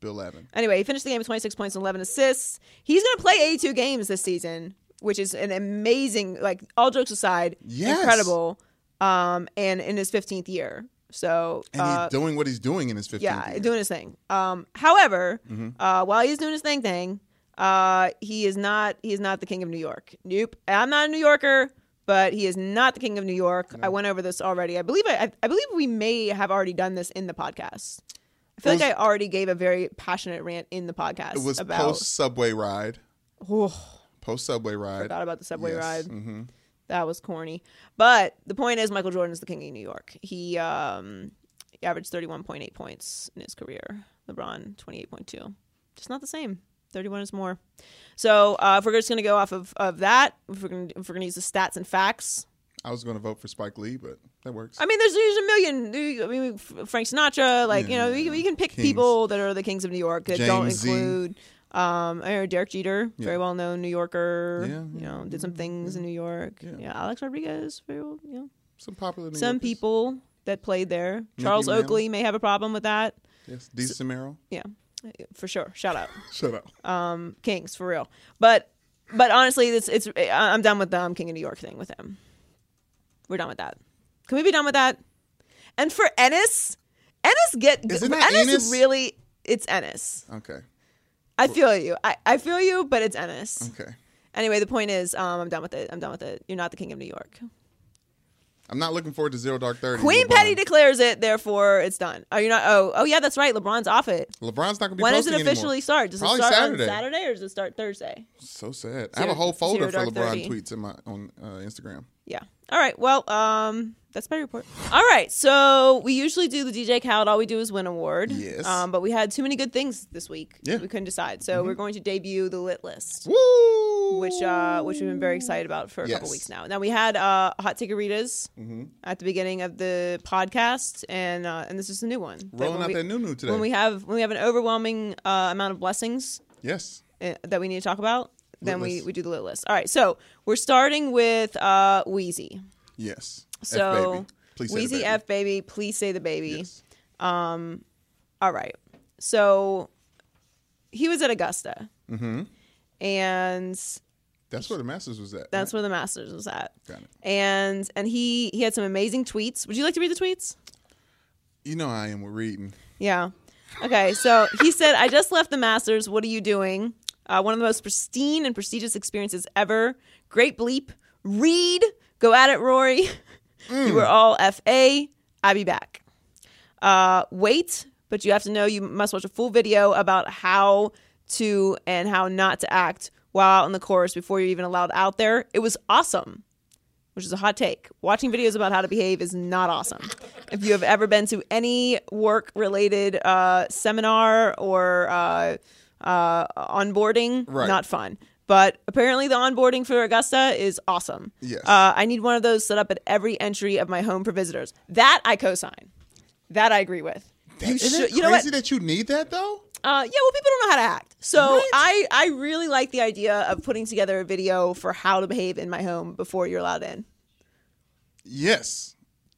[SPEAKER 6] Bill Lavin.
[SPEAKER 5] Anyway, he finished the game with 26 points and 11 assists. He's going to play 82 games this season, which is an amazing, like all jokes aside,
[SPEAKER 6] Yes.
[SPEAKER 5] incredible. Um, and in his 15th year. So
[SPEAKER 6] And
[SPEAKER 5] uh,
[SPEAKER 6] he's doing what he's doing in his 15th
[SPEAKER 5] yeah,
[SPEAKER 6] year.
[SPEAKER 5] doing his thing. Um, however,
[SPEAKER 6] Mm-hmm.
[SPEAKER 5] uh, while he's doing his thing thing, uh, he is not he is not the king of New York. Nope, I'm not a New Yorker, but he is not the king of New York. I went over this already. I believe I, I, I believe we may have already done this in the podcast. I feel
[SPEAKER 6] It
[SPEAKER 5] like
[SPEAKER 6] was-
[SPEAKER 5] I already gave a very passionate rant in the podcast
[SPEAKER 6] It was
[SPEAKER 5] about
[SPEAKER 6] post subway ride.
[SPEAKER 5] Oh,
[SPEAKER 6] Post subway ride.
[SPEAKER 5] forgot about the subway
[SPEAKER 6] Yes. mm-hmm.
[SPEAKER 5] ride. That was corny. But the point is, Michael Jordan is the king of New York. He um, averaged 31.8 points in his career. LeBron, 28.2. Just not the same. 31 is more. So uh, if we're just going to go off of, of that, if we're going if we're going to use the stats and facts,
[SPEAKER 6] I was going to vote for Spike Lee, but that works.
[SPEAKER 5] I mean, there's there's a million. I mean, F- Frank Sinatra. Like you know, you, you can pick
[SPEAKER 6] Kings.
[SPEAKER 5] people that are the kings of New York that don't
[SPEAKER 6] James Z.
[SPEAKER 5] include. Um, I heard Derek Jeter, very
[SPEAKER 6] Yeah.
[SPEAKER 5] well known New Yorker.
[SPEAKER 6] Yeah,
[SPEAKER 5] You know, did some things in New York. Yeah. Alex Rodriguez, very well. You know,
[SPEAKER 6] some popular New
[SPEAKER 5] some
[SPEAKER 6] Yorkers.
[SPEAKER 5] people that played there. Charles
[SPEAKER 6] Mantle.
[SPEAKER 5] Oakley may have a problem with that.
[SPEAKER 6] Yes, D. Samaro.
[SPEAKER 5] Yeah, for sure. Shout out.
[SPEAKER 6] Shut up.
[SPEAKER 5] Uh, Kings for real. But but honestly, it's it's I- I'm done with the um, King of New York thing with him. We're done with that. Can we be done with that? And for Ennis, Ennis get
[SPEAKER 6] Isn't that
[SPEAKER 5] Ennis,
[SPEAKER 6] Ennis?
[SPEAKER 5] really it's Ennis.
[SPEAKER 6] okay.
[SPEAKER 5] I feel you. I, I feel you, but it's Ennis.
[SPEAKER 6] Okay.
[SPEAKER 5] Anyway, the point is, um, I'm done with it. I'm done with it. You're not the King of New York.
[SPEAKER 6] I'm not looking forward to Zero Dark Thirty.
[SPEAKER 5] Queen
[SPEAKER 6] LeBron.
[SPEAKER 5] Petty declares it, therefore it's done. Are you not? Oh, oh yeah, that's right. LeBron's off it.
[SPEAKER 6] LeBron's not going to be
[SPEAKER 5] When does
[SPEAKER 6] posting
[SPEAKER 5] it officially
[SPEAKER 6] anymore.
[SPEAKER 5] start? Does
[SPEAKER 6] Probably
[SPEAKER 5] it start
[SPEAKER 6] Saturday.
[SPEAKER 5] on Saturday or does it start Thursday?
[SPEAKER 6] So sad. I have a whole
[SPEAKER 5] Zero
[SPEAKER 6] folder for
[SPEAKER 5] Dark
[SPEAKER 6] LeBron
[SPEAKER 5] Thirty.
[SPEAKER 6] tweets in my on uh, Instagram.
[SPEAKER 5] Yeah. All right. Well, um, that's my report. All right. So we usually do the DJ Khaled. All we do is win award.
[SPEAKER 6] Yes.
[SPEAKER 5] Um, but we had too many good things this week.
[SPEAKER 6] Yeah. Mm-hmm.
[SPEAKER 5] We couldn't decide. So we're going to debut the lit list,
[SPEAKER 6] Woo!
[SPEAKER 5] which uh, which we've been very excited about for a couple
[SPEAKER 6] Yes. Mm-hmm.
[SPEAKER 5] weeks now. Now we had uh, hot tigeritas at the beginning of the podcast, and uh, and this is the new one. That
[SPEAKER 6] Rolling
[SPEAKER 5] when
[SPEAKER 6] out
[SPEAKER 5] we-
[SPEAKER 6] that new new today.
[SPEAKER 5] When we have when we have an overwhelming uh, amount of blessings
[SPEAKER 6] yes.
[SPEAKER 5] uh, that we need to talk about, then we,
[SPEAKER 6] list.
[SPEAKER 5] we do the lit list. All right. So we're starting with uh, Wheezy.
[SPEAKER 6] Yes. F
[SPEAKER 5] So
[SPEAKER 6] baby. Please say the
[SPEAKER 5] Wheezy
[SPEAKER 6] baby.
[SPEAKER 5] F baby, please say the baby.
[SPEAKER 6] Yes.
[SPEAKER 5] All right. So he was at Augusta. Mm-hmm. And
[SPEAKER 6] That's where the Masters was at.
[SPEAKER 5] that's where the Masters was at.
[SPEAKER 6] Got it.
[SPEAKER 5] And and he he had some amazing tweets. Would you like to read the tweets?
[SPEAKER 6] you know how I am with reading.
[SPEAKER 5] Yeah. Okay. So he said, I just left the Masters. What are you doing? Uh, one of the most pristine and prestigious experiences ever. Great bleep. Read. Go at it, Rory. You were all FA. I be back. Uh, wait, but you have to know you must watch a full video about how to and how not to act while out on the course before you're even allowed out there. It was awesome which is a hot take. Watching videos about how to behave is not awesome. If you have ever been to any work related uh, seminar or uh, uh, onboarding,
[SPEAKER 6] Right.
[SPEAKER 5] not fun. But apparently, the onboarding for Augusta is awesome.
[SPEAKER 6] Yes.
[SPEAKER 5] Uh, I need one of those set up at every entry of my home for visitors. That I cosign. That I agree with.
[SPEAKER 6] That, isn't
[SPEAKER 5] should-
[SPEAKER 6] it
[SPEAKER 5] you know what?
[SPEAKER 6] crazy that you need that though?
[SPEAKER 5] Uh, yeah, well, people don't know how to act. So I, I really like the idea of putting together a video for how to behave in my home before you're allowed in.
[SPEAKER 6] Yes.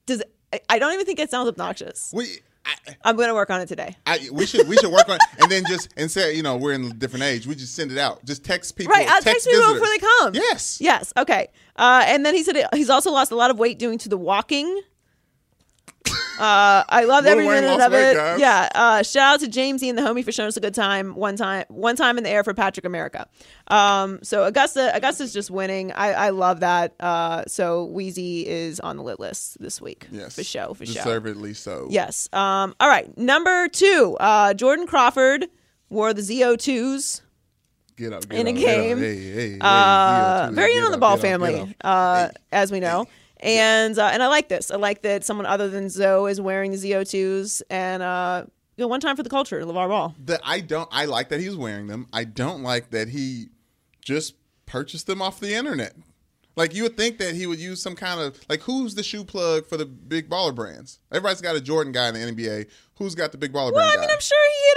[SPEAKER 5] does I- I don't even think it sounds obnoxious.
[SPEAKER 6] We I,
[SPEAKER 5] I'm gonna work on it today.
[SPEAKER 6] I, we should we should work on it. and then just and say you know we're in a different age. We just send it out. Just text people.
[SPEAKER 5] Right, I'll text people
[SPEAKER 6] visitors.
[SPEAKER 5] before they come.
[SPEAKER 6] Yes.
[SPEAKER 5] Yes. Okay. Uh, and then he said it- he's also lost a lot of weight doing to the walking. Uh, I loved
[SPEAKER 6] Lil
[SPEAKER 5] every
[SPEAKER 6] Wayne
[SPEAKER 5] minute
[SPEAKER 6] lost
[SPEAKER 5] of it.
[SPEAKER 6] weight, guys.
[SPEAKER 5] Yeah. Uh, shout out to Jamesy and the homie for showing us a good time one time, one time in the air for Patrick America. Um, so Augusta, Augusta's just winning. I, I love that. Uh, so Wheezy is on the lit list this week.
[SPEAKER 6] Yes.
[SPEAKER 5] For show. For show.
[SPEAKER 6] Deservedly so.
[SPEAKER 5] Yes. Um, all right. Number two, uh, Jordan Crawford wore the ZO2s.
[SPEAKER 6] Get up. Get
[SPEAKER 5] In a
[SPEAKER 6] up,
[SPEAKER 5] game.
[SPEAKER 6] Get up. Hey, hey, hey,
[SPEAKER 5] Uh,
[SPEAKER 6] yeah,
[SPEAKER 5] very
[SPEAKER 6] get
[SPEAKER 5] in on the
[SPEAKER 6] up,
[SPEAKER 5] ball
[SPEAKER 6] get up, get
[SPEAKER 5] family,
[SPEAKER 6] up.
[SPEAKER 5] uh, as we know. And uh, and I like this. I like that someone other than Zoe is wearing the ZO2s. And uh, you know, one time for the culture, LeVar Ball.
[SPEAKER 6] The, I don't. I like that he's wearing them. I don't like that he just purchased them off the internet. Like you would think that he would use some kind of like who's the shoe plug for the big baller brands? Everybody's got a Jordan guy in the NBA. Who's got the big baller
[SPEAKER 5] Well,
[SPEAKER 6] brand
[SPEAKER 5] I mean,
[SPEAKER 6] guy?
[SPEAKER 5] I'm sure he hit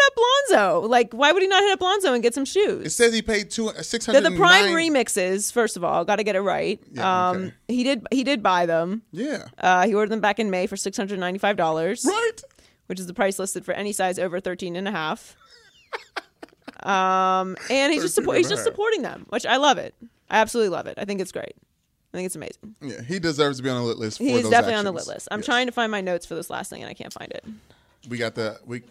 [SPEAKER 5] up Lonzo. Like, why would he not hit up Lonzo and get some shoes?
[SPEAKER 6] it says he paid two uh, six
[SPEAKER 5] They're
[SPEAKER 6] hundred.
[SPEAKER 5] the prime remixes, first of all. Got to get it right.
[SPEAKER 6] Yeah,
[SPEAKER 5] um,
[SPEAKER 6] okay.
[SPEAKER 5] He did. He did buy them.
[SPEAKER 6] Yeah.
[SPEAKER 5] Uh, he ordered them back in May for six hundred ninety-five dollars.
[SPEAKER 6] right.
[SPEAKER 5] which is the price listed for any size over 13 and a half. um, and he's just
[SPEAKER 6] 13
[SPEAKER 5] support, he's
[SPEAKER 6] and a
[SPEAKER 5] just
[SPEAKER 6] half.
[SPEAKER 5] supporting them, which I love it. I absolutely love it. I think it's great. I think it's amazing.
[SPEAKER 6] Yeah. He deserves to be on the lit list. For
[SPEAKER 5] He's
[SPEAKER 6] those
[SPEAKER 5] definitely on the
[SPEAKER 6] actions.
[SPEAKER 5] lit list. I'm
[SPEAKER 6] Yes.
[SPEAKER 5] trying to find my notes for this last thing and I can't find it.
[SPEAKER 6] We got the we. we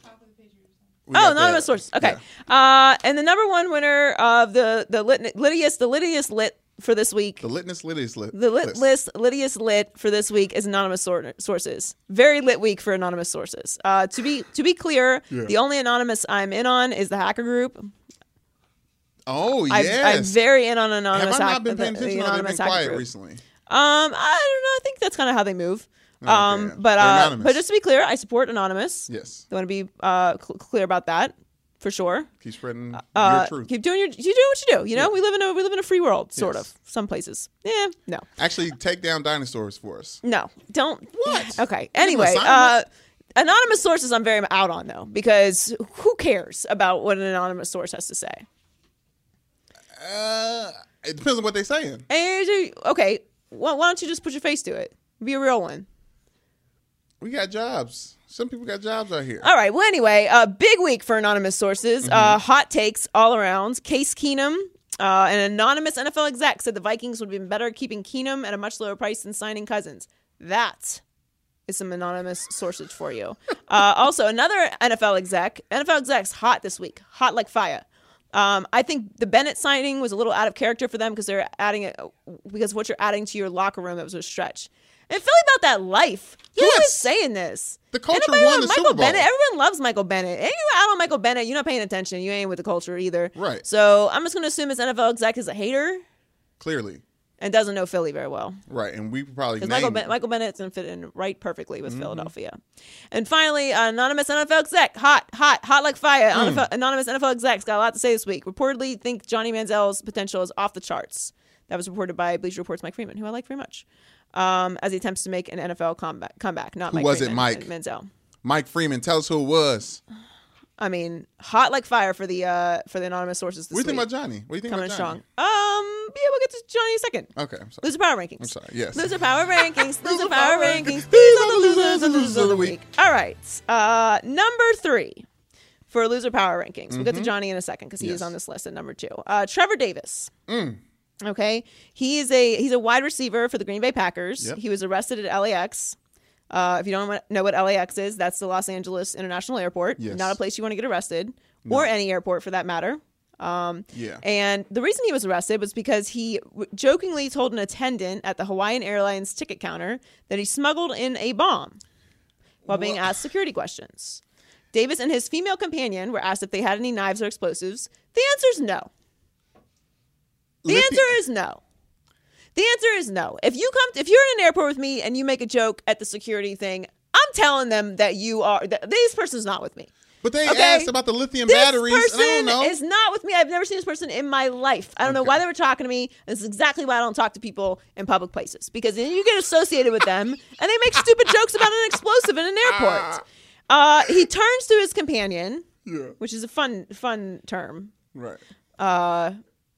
[SPEAKER 5] Oh,
[SPEAKER 6] got
[SPEAKER 5] anonymous
[SPEAKER 6] the-
[SPEAKER 5] sources. Okay.
[SPEAKER 6] yeah.
[SPEAKER 5] Uh, and the number one winner of the the lit, Lydius the Lydius lit for this week.
[SPEAKER 6] The litness litness lit.
[SPEAKER 5] The lit list, Lydia's lit for this week is anonymous sor- sources. Very lit week for anonymous sources. Uh, to be to be clear, the only anonymous I'm in on is the hacker group.
[SPEAKER 6] Oh
[SPEAKER 5] I,
[SPEAKER 6] yes.
[SPEAKER 5] I'm very in on
[SPEAKER 6] Have
[SPEAKER 5] anonymous.
[SPEAKER 6] I
[SPEAKER 5] hack-
[SPEAKER 6] not been paying
[SPEAKER 5] the-
[SPEAKER 6] attention?
[SPEAKER 5] the
[SPEAKER 6] Or they've been
[SPEAKER 5] anonymous hacker
[SPEAKER 6] quiet
[SPEAKER 5] group.
[SPEAKER 6] recently.
[SPEAKER 5] Um, I don't know. I think that's kind of how they move. Um,
[SPEAKER 6] Okay.
[SPEAKER 5] but
[SPEAKER 6] They're
[SPEAKER 5] uh,
[SPEAKER 6] anonymous.
[SPEAKER 5] but just to be clear, I support anonymous.
[SPEAKER 6] Yes.
[SPEAKER 5] I want to be uh, cl- clear about that. for sure.
[SPEAKER 6] Keep spreading
[SPEAKER 5] Uh,
[SPEAKER 6] your truth.
[SPEAKER 5] keep doing your you do what you do. You know, we live in a we live in a free world, sort
[SPEAKER 6] Yes.
[SPEAKER 5] of. Some places, yeah, no,
[SPEAKER 6] Actually, take down dinosaurs for us.
[SPEAKER 5] no, don't.
[SPEAKER 6] What?
[SPEAKER 5] Okay.
[SPEAKER 6] an
[SPEAKER 5] Anyway, uh,
[SPEAKER 6] assignment?
[SPEAKER 5] anonymous sources I'm very out on though because who cares about what an anonymous source has to say?
[SPEAKER 6] Uh, it depends on what they're saying.
[SPEAKER 5] And you- okay, why, why don't you just put your face to it? Be a real one.
[SPEAKER 6] We got jobs. Some people got jobs out here.
[SPEAKER 5] All right. Well, anyway, uh, big week for anonymous sources. Uh,
[SPEAKER 6] Mm-hmm.
[SPEAKER 5] hot takes all around. Case Keenum. Uh, an anonymous NFL exec said the Vikings would have been better keeping Keenum at a much lower price than signing Cousins. That is some anonymous sources for you. Uh, also, another NFL exec, NFL execs hot this week, hot like fire. Um, I think the Bennett signing was a little out of character for them because they're adding it because what you're adding to your locker room that was a stretch. And Philly about that life. Who is
[SPEAKER 6] Yes.
[SPEAKER 5] saying this?
[SPEAKER 6] The culture
[SPEAKER 5] Anybody
[SPEAKER 6] won
[SPEAKER 5] on
[SPEAKER 6] the
[SPEAKER 5] Michael
[SPEAKER 6] Super Bowl.
[SPEAKER 5] Bennett. Everyone loves Michael Bennett. And you out on Michael Bennett, you're not paying attention. You ain't with the culture either.
[SPEAKER 6] Right.
[SPEAKER 5] So I'm just gonna assume this NFL exec is a hater
[SPEAKER 6] Clearly,
[SPEAKER 5] and doesn't know Philly very well.
[SPEAKER 6] right? And we probably
[SPEAKER 5] Because
[SPEAKER 6] named
[SPEAKER 5] Michael, ben- Michael Bennett's going to fit in right perfectly
[SPEAKER 6] Mm-hmm.
[SPEAKER 5] with Philadelphia. And finally, uh, anonymous NFL exec, hot, hot, hot like
[SPEAKER 6] Hmm.
[SPEAKER 5] fire. NFL Anonymous NFL exec's got a lot to say this week. Reportedly, think Johnny Manziel's potential is off the charts. That was reported by Bleacher Report's Mike Freeman, who I like very much, um, as he attempts to make an NFL comeback. comeback not
[SPEAKER 6] Who
[SPEAKER 5] Mike
[SPEAKER 6] was it,
[SPEAKER 5] Freeman,
[SPEAKER 6] Mike?
[SPEAKER 5] Manziel.
[SPEAKER 6] Mike Freeman. Tell us who it was.
[SPEAKER 5] I mean, hot like fire for the uh, for the anonymous sources. This
[SPEAKER 6] What do you think
[SPEAKER 5] week.
[SPEAKER 6] about Johnny? What do you think
[SPEAKER 5] coming in
[SPEAKER 6] about
[SPEAKER 5] strong?
[SPEAKER 6] Johnny?
[SPEAKER 5] Um, yeah, we'll get to Johnny in a second.
[SPEAKER 6] Okay, I'm sorry.
[SPEAKER 5] Loser power rankings. I'm
[SPEAKER 6] sorry, yes.
[SPEAKER 5] Loser power rankings. Loser power rankings.
[SPEAKER 6] These
[SPEAKER 5] are the losers and losers of the week. All right. Uh, number three for loser power rankings. We'll get to Johnny in a second because he is
[SPEAKER 6] Mm-hmm. Yes. Mm.
[SPEAKER 5] on this list at number two. Uh, Trevor Davis. Okay, he is a he's a wide receiver for the Green Bay Packers.
[SPEAKER 6] Yep.
[SPEAKER 5] He was arrested at LAX. Uh, if you don't wa- know what LAX is, that's the Los Angeles International Airport.
[SPEAKER 6] Yes.
[SPEAKER 5] Not a place you want to get arrested, or any airport for that matter.
[SPEAKER 6] Yeah.
[SPEAKER 5] And the reason he was arrested was because he w- jokingly told an attendant at the Hawaiian Airlines ticket counter that he smuggled in a bomb while being asked security questions. Davis and his female companion were asked if they had any knives or explosives. The answer is no. The
[SPEAKER 6] Lippy-
[SPEAKER 5] answer is no. The answer is no. If you come, if you're in an airport with me and you make a joke at the security thing, I'm telling them that you are that this person's not with me.
[SPEAKER 6] But they
[SPEAKER 5] Okay.
[SPEAKER 6] asked about the lithium
[SPEAKER 5] This
[SPEAKER 6] batteries.
[SPEAKER 5] person
[SPEAKER 6] and I don't know.
[SPEAKER 5] is not with me. I've never seen this person in my life. I don't know why they were talking to me. This is exactly why I don't talk to people in public places because then you get associated with them and they make stupid jokes about an explosive in an
[SPEAKER 6] Ah.
[SPEAKER 5] airport. Uh, he turns to his companion, which is a fun fun term
[SPEAKER 6] right.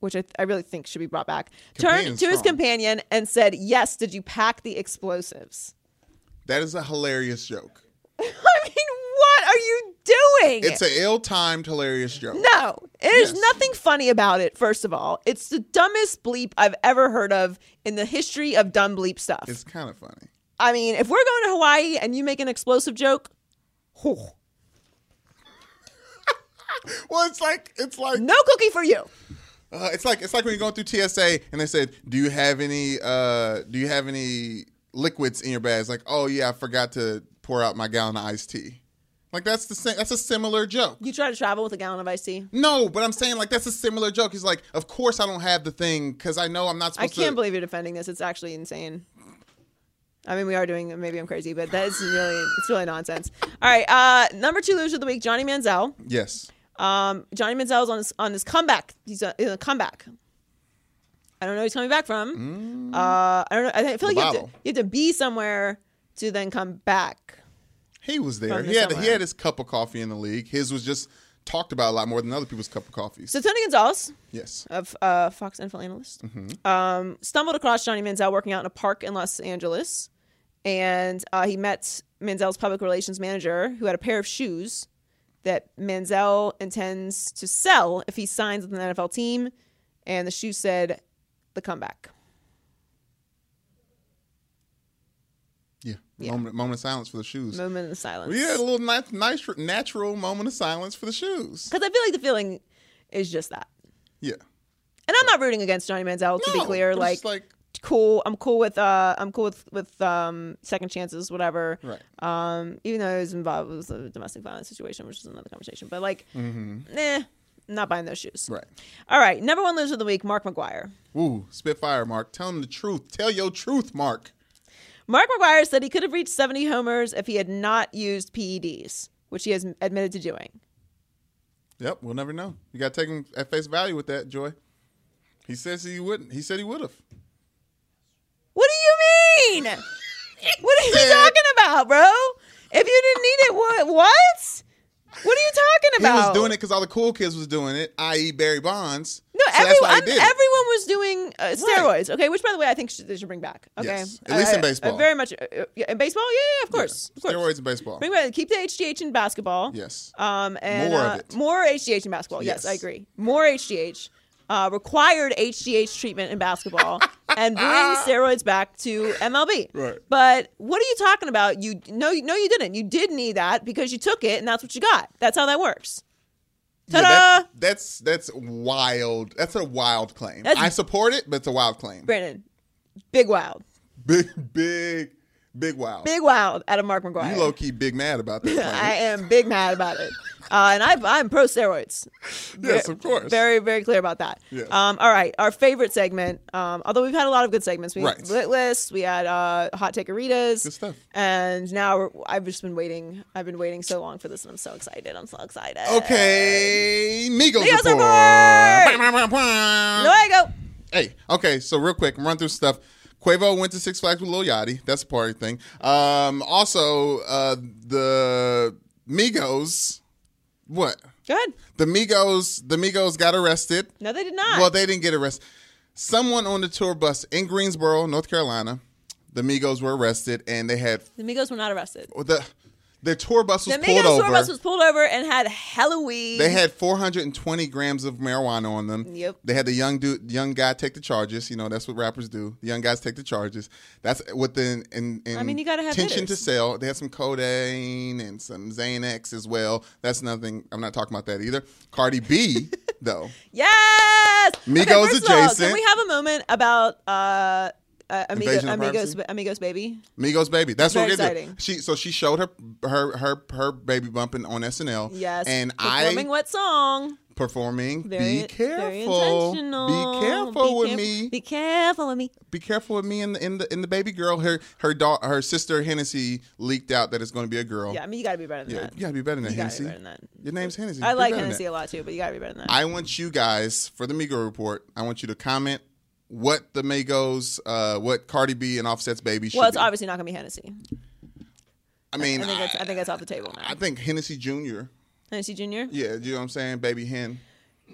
[SPEAKER 5] which I, th- I really think should be brought back, turned
[SPEAKER 6] Companion's
[SPEAKER 5] to his
[SPEAKER 6] strong.
[SPEAKER 5] companion and said, Yes, did you pack the explosives?
[SPEAKER 6] That is a hilarious joke.
[SPEAKER 5] I mean, what are you doing?
[SPEAKER 6] It's a ill-timed hilarious joke.
[SPEAKER 5] no, there's
[SPEAKER 6] Yes.
[SPEAKER 5] nothing funny about it, first of all. It's the dumbest bleep I've ever heard of in the history of dumb bleep stuff.
[SPEAKER 6] It's kind of funny.
[SPEAKER 5] I mean, if we're going to Hawaii and you make an explosive joke, whew,
[SPEAKER 6] Well, it's like it's like
[SPEAKER 5] no cookie for you.
[SPEAKER 6] uh, it's like it's like when you're going through TSA and they said, "Do you have any uh, do you have any liquids in your bags?" Like, "Oh yeah, I forgot to pour out my gallon of iced tea." Like that's the same. That's a similar joke.
[SPEAKER 5] You try to travel with a gallon of iced tea.
[SPEAKER 6] No, but I'm saying like that's a similar joke. He's like, "Of course I don't have the thing because I know I'm not
[SPEAKER 5] I
[SPEAKER 6] supposed to."
[SPEAKER 5] can't believe you're defending this. It's actually insane. I mean, we are doing. Maybe I'm crazy, but that is really it's really nonsense. All right, uh, number two loser of the week, Johnny Manziel.
[SPEAKER 6] Yes.
[SPEAKER 5] Um, Johnny Manziel is on his, on his comeback. He's on a comeback. I don't know where he's coming back from. Uh, I don't know. I, think- I feel like you have, to,
[SPEAKER 6] Wow.
[SPEAKER 5] you have to be somewhere to then come back.
[SPEAKER 6] He was there.
[SPEAKER 5] From
[SPEAKER 6] He had
[SPEAKER 5] somewhere.
[SPEAKER 6] he had his cup of coffee in the league. His was just talked about a lot more than other people's cup of coffee.
[SPEAKER 5] So Tony Gonzalez,
[SPEAKER 6] yes.
[SPEAKER 5] of uh, Fox NFL analyst, um, stumbled across Johnny Manziel working out in a park in Los Angeles, and uh, he met Manziel's public relations manager, who had a pair of shoes that Manziel intends to sell if he signs with an NFL team, and the shoe said, "The comeback."
[SPEAKER 6] Yeah. Moment, moment of silence for the shoes.
[SPEAKER 5] Moment of silence.
[SPEAKER 6] We had a little nice, nice, natural moment of silence for the shoes.
[SPEAKER 5] because I feel like the feeling is just that.
[SPEAKER 6] Yeah.
[SPEAKER 5] And I'm not rooting against Johnny Manziel to be
[SPEAKER 6] No,
[SPEAKER 5] clear.
[SPEAKER 6] but
[SPEAKER 5] Like,
[SPEAKER 6] it's just like
[SPEAKER 5] cool. I'm cool with uh, I'm cool with with um, second chances, whatever.
[SPEAKER 6] right.
[SPEAKER 5] um, even though it was involved it was a domestic violence situation, which is another conversation. But like, nah, not buying those shoes.
[SPEAKER 6] Mm-hmm. Right.
[SPEAKER 5] All right. Number one loser of the week, Mark McGuire.
[SPEAKER 6] Ooh, spitfire, Mark. Tell him the truth. Tell your truth, Mark.
[SPEAKER 5] Mark McGuire said he could have reached 70 E homers if he had not used PEDs, which he has admitted to doing.
[SPEAKER 6] Yep, we'll never know. You got to take him at face value with that, Joy. He says he wouldn't. He said he would have.
[SPEAKER 5] What do you mean? What are you talking about, bro? If you didn't need it, what? What? What are you talking
[SPEAKER 6] He
[SPEAKER 5] about?
[SPEAKER 6] was doing it because all the cool kids was doing it, i.e. Barry Bonds.
[SPEAKER 5] No,
[SPEAKER 6] so that's
[SPEAKER 5] everyone,
[SPEAKER 6] why he did it.
[SPEAKER 5] everyone was doing uh, steroids. Okay, which by the way, I think should, they should bring back. Okay,
[SPEAKER 6] Yes, at least in
[SPEAKER 5] I-
[SPEAKER 6] baseball.
[SPEAKER 5] I very much uh, uh, yeah, in baseball. Yeah, yeah, of course, of course.
[SPEAKER 6] Steroids in baseball.
[SPEAKER 5] Bring back, keep the HGH in basketball.
[SPEAKER 6] Yes.
[SPEAKER 5] Um, and
[SPEAKER 6] More of
[SPEAKER 5] uh,
[SPEAKER 6] it.
[SPEAKER 5] more HGH in basketball. Yes, I
[SPEAKER 6] Yes.
[SPEAKER 5] agree. More HGH, uh, required HGH treatment in basketball, and bring steroids back to MLB.
[SPEAKER 6] Right.
[SPEAKER 5] But what are you talking about? You no, you- no, you didn't. You did need that because you took it, and that's what you got. That's how that works.
[SPEAKER 6] Yeah,
[SPEAKER 5] Ta-da!
[SPEAKER 6] that- that's that's wild. That's a wild claim.
[SPEAKER 5] That's-
[SPEAKER 6] I support it, but it's a wild claim.
[SPEAKER 5] Brandon, big wild.
[SPEAKER 6] Big, big, big wild.
[SPEAKER 5] big wild out of Mark McGuire.
[SPEAKER 6] you low key big mad about that. claim.
[SPEAKER 5] I am big mad about it, uh, and I, I'm pro steroids.
[SPEAKER 6] yes, of course.
[SPEAKER 5] Very, very clear about that.
[SPEAKER 6] Yes.
[SPEAKER 5] Um, all right, our favorite segment. Um, although we've had a lot of good segments, we
[SPEAKER 6] Right.
[SPEAKER 5] had lit lists, we had uh, hot take Aritas,
[SPEAKER 6] Good stuff.
[SPEAKER 5] And now we're, I've just been waiting. I've been waiting so long for this, and I'm so excited. I'm so excited.
[SPEAKER 6] okay, Migos,
[SPEAKER 5] Migos
[SPEAKER 6] report.
[SPEAKER 5] report!
[SPEAKER 6] Bam, bam, bam, bam.
[SPEAKER 5] No, I go.
[SPEAKER 6] Hey, okay, so real quick, run through stuff. Quavo went to Six Flags with Lil Yachty. That's a party thing. Um, also, uh, the Migos. What?
[SPEAKER 5] Go ahead.
[SPEAKER 6] The Migos. The Migos got arrested.
[SPEAKER 5] No, they did not.
[SPEAKER 6] Well, they didn't get arrested. Someone on the tour bus in Greensboro, North Carolina, the Migos were arrested, and they had
[SPEAKER 5] the Migos were not arrested.
[SPEAKER 6] the the tour bus was
[SPEAKER 5] The
[SPEAKER 6] pulled
[SPEAKER 5] Migos
[SPEAKER 6] over.
[SPEAKER 5] tour bus was pulled over and had Halloween.
[SPEAKER 6] They had 420 grams of marijuana on them.
[SPEAKER 5] Yep.
[SPEAKER 6] They had the young dude, young guy take the charges. You know that's what rappers do. The young guys take the charges. That's what the in, in
[SPEAKER 5] I mean, you gotta have
[SPEAKER 6] tension
[SPEAKER 5] hitters.
[SPEAKER 6] to sell. They had some codeine and some Xanax as well. That's nothing. I'm not talking about that either. Cardi B though.
[SPEAKER 5] Yes.
[SPEAKER 6] Migos
[SPEAKER 5] first of all,
[SPEAKER 6] adjacent.
[SPEAKER 5] can we have a moment about uh, uh Amigo,
[SPEAKER 6] Invasion of
[SPEAKER 5] Amigos,
[SPEAKER 6] privacy?
[SPEAKER 5] Amigos baby?
[SPEAKER 6] Migos baby. That's
[SPEAKER 5] Very
[SPEAKER 6] what they
[SPEAKER 5] exciting.
[SPEAKER 6] did. She so she showed her her her her baby bumping on SNL.
[SPEAKER 5] Yes.
[SPEAKER 6] And
[SPEAKER 5] performing
[SPEAKER 6] I
[SPEAKER 5] what song?
[SPEAKER 6] performing.
[SPEAKER 5] Very,
[SPEAKER 6] be
[SPEAKER 5] Very
[SPEAKER 6] careful.
[SPEAKER 5] intentional.
[SPEAKER 6] Be careful with
[SPEAKER 5] caref-
[SPEAKER 6] me.
[SPEAKER 5] Be careful with me.
[SPEAKER 6] be careful with me and the, and the and the baby girl. Her her da- her sister Hennessy leaked out that it's going to be a girl.
[SPEAKER 5] Yeah, I mean, you gotta be better than
[SPEAKER 6] Oh. Yeah,
[SPEAKER 5] that.
[SPEAKER 6] you gotta be better than that,
[SPEAKER 5] You gotta
[SPEAKER 6] Hennessy.
[SPEAKER 5] be better than that.
[SPEAKER 6] Your name's Hennessy.
[SPEAKER 5] I
[SPEAKER 6] Be
[SPEAKER 5] like
[SPEAKER 6] better than
[SPEAKER 5] Hennessy
[SPEAKER 6] that.
[SPEAKER 5] a lot too, but you gotta be better than that.
[SPEAKER 6] I want you guys for the Migo report. I want you to comment what the Migos, uh, what Cardi B and Offset's baby. Should
[SPEAKER 5] well, it's
[SPEAKER 6] be.
[SPEAKER 5] obviously not gonna be Hennessy.
[SPEAKER 6] I mean,
[SPEAKER 5] I think
[SPEAKER 6] I,
[SPEAKER 5] that's I think that's off the table now.
[SPEAKER 6] I think Hennessy Junior.
[SPEAKER 5] Hennessy Junior.
[SPEAKER 6] Yeah, you know what I'm saying, baby Hen.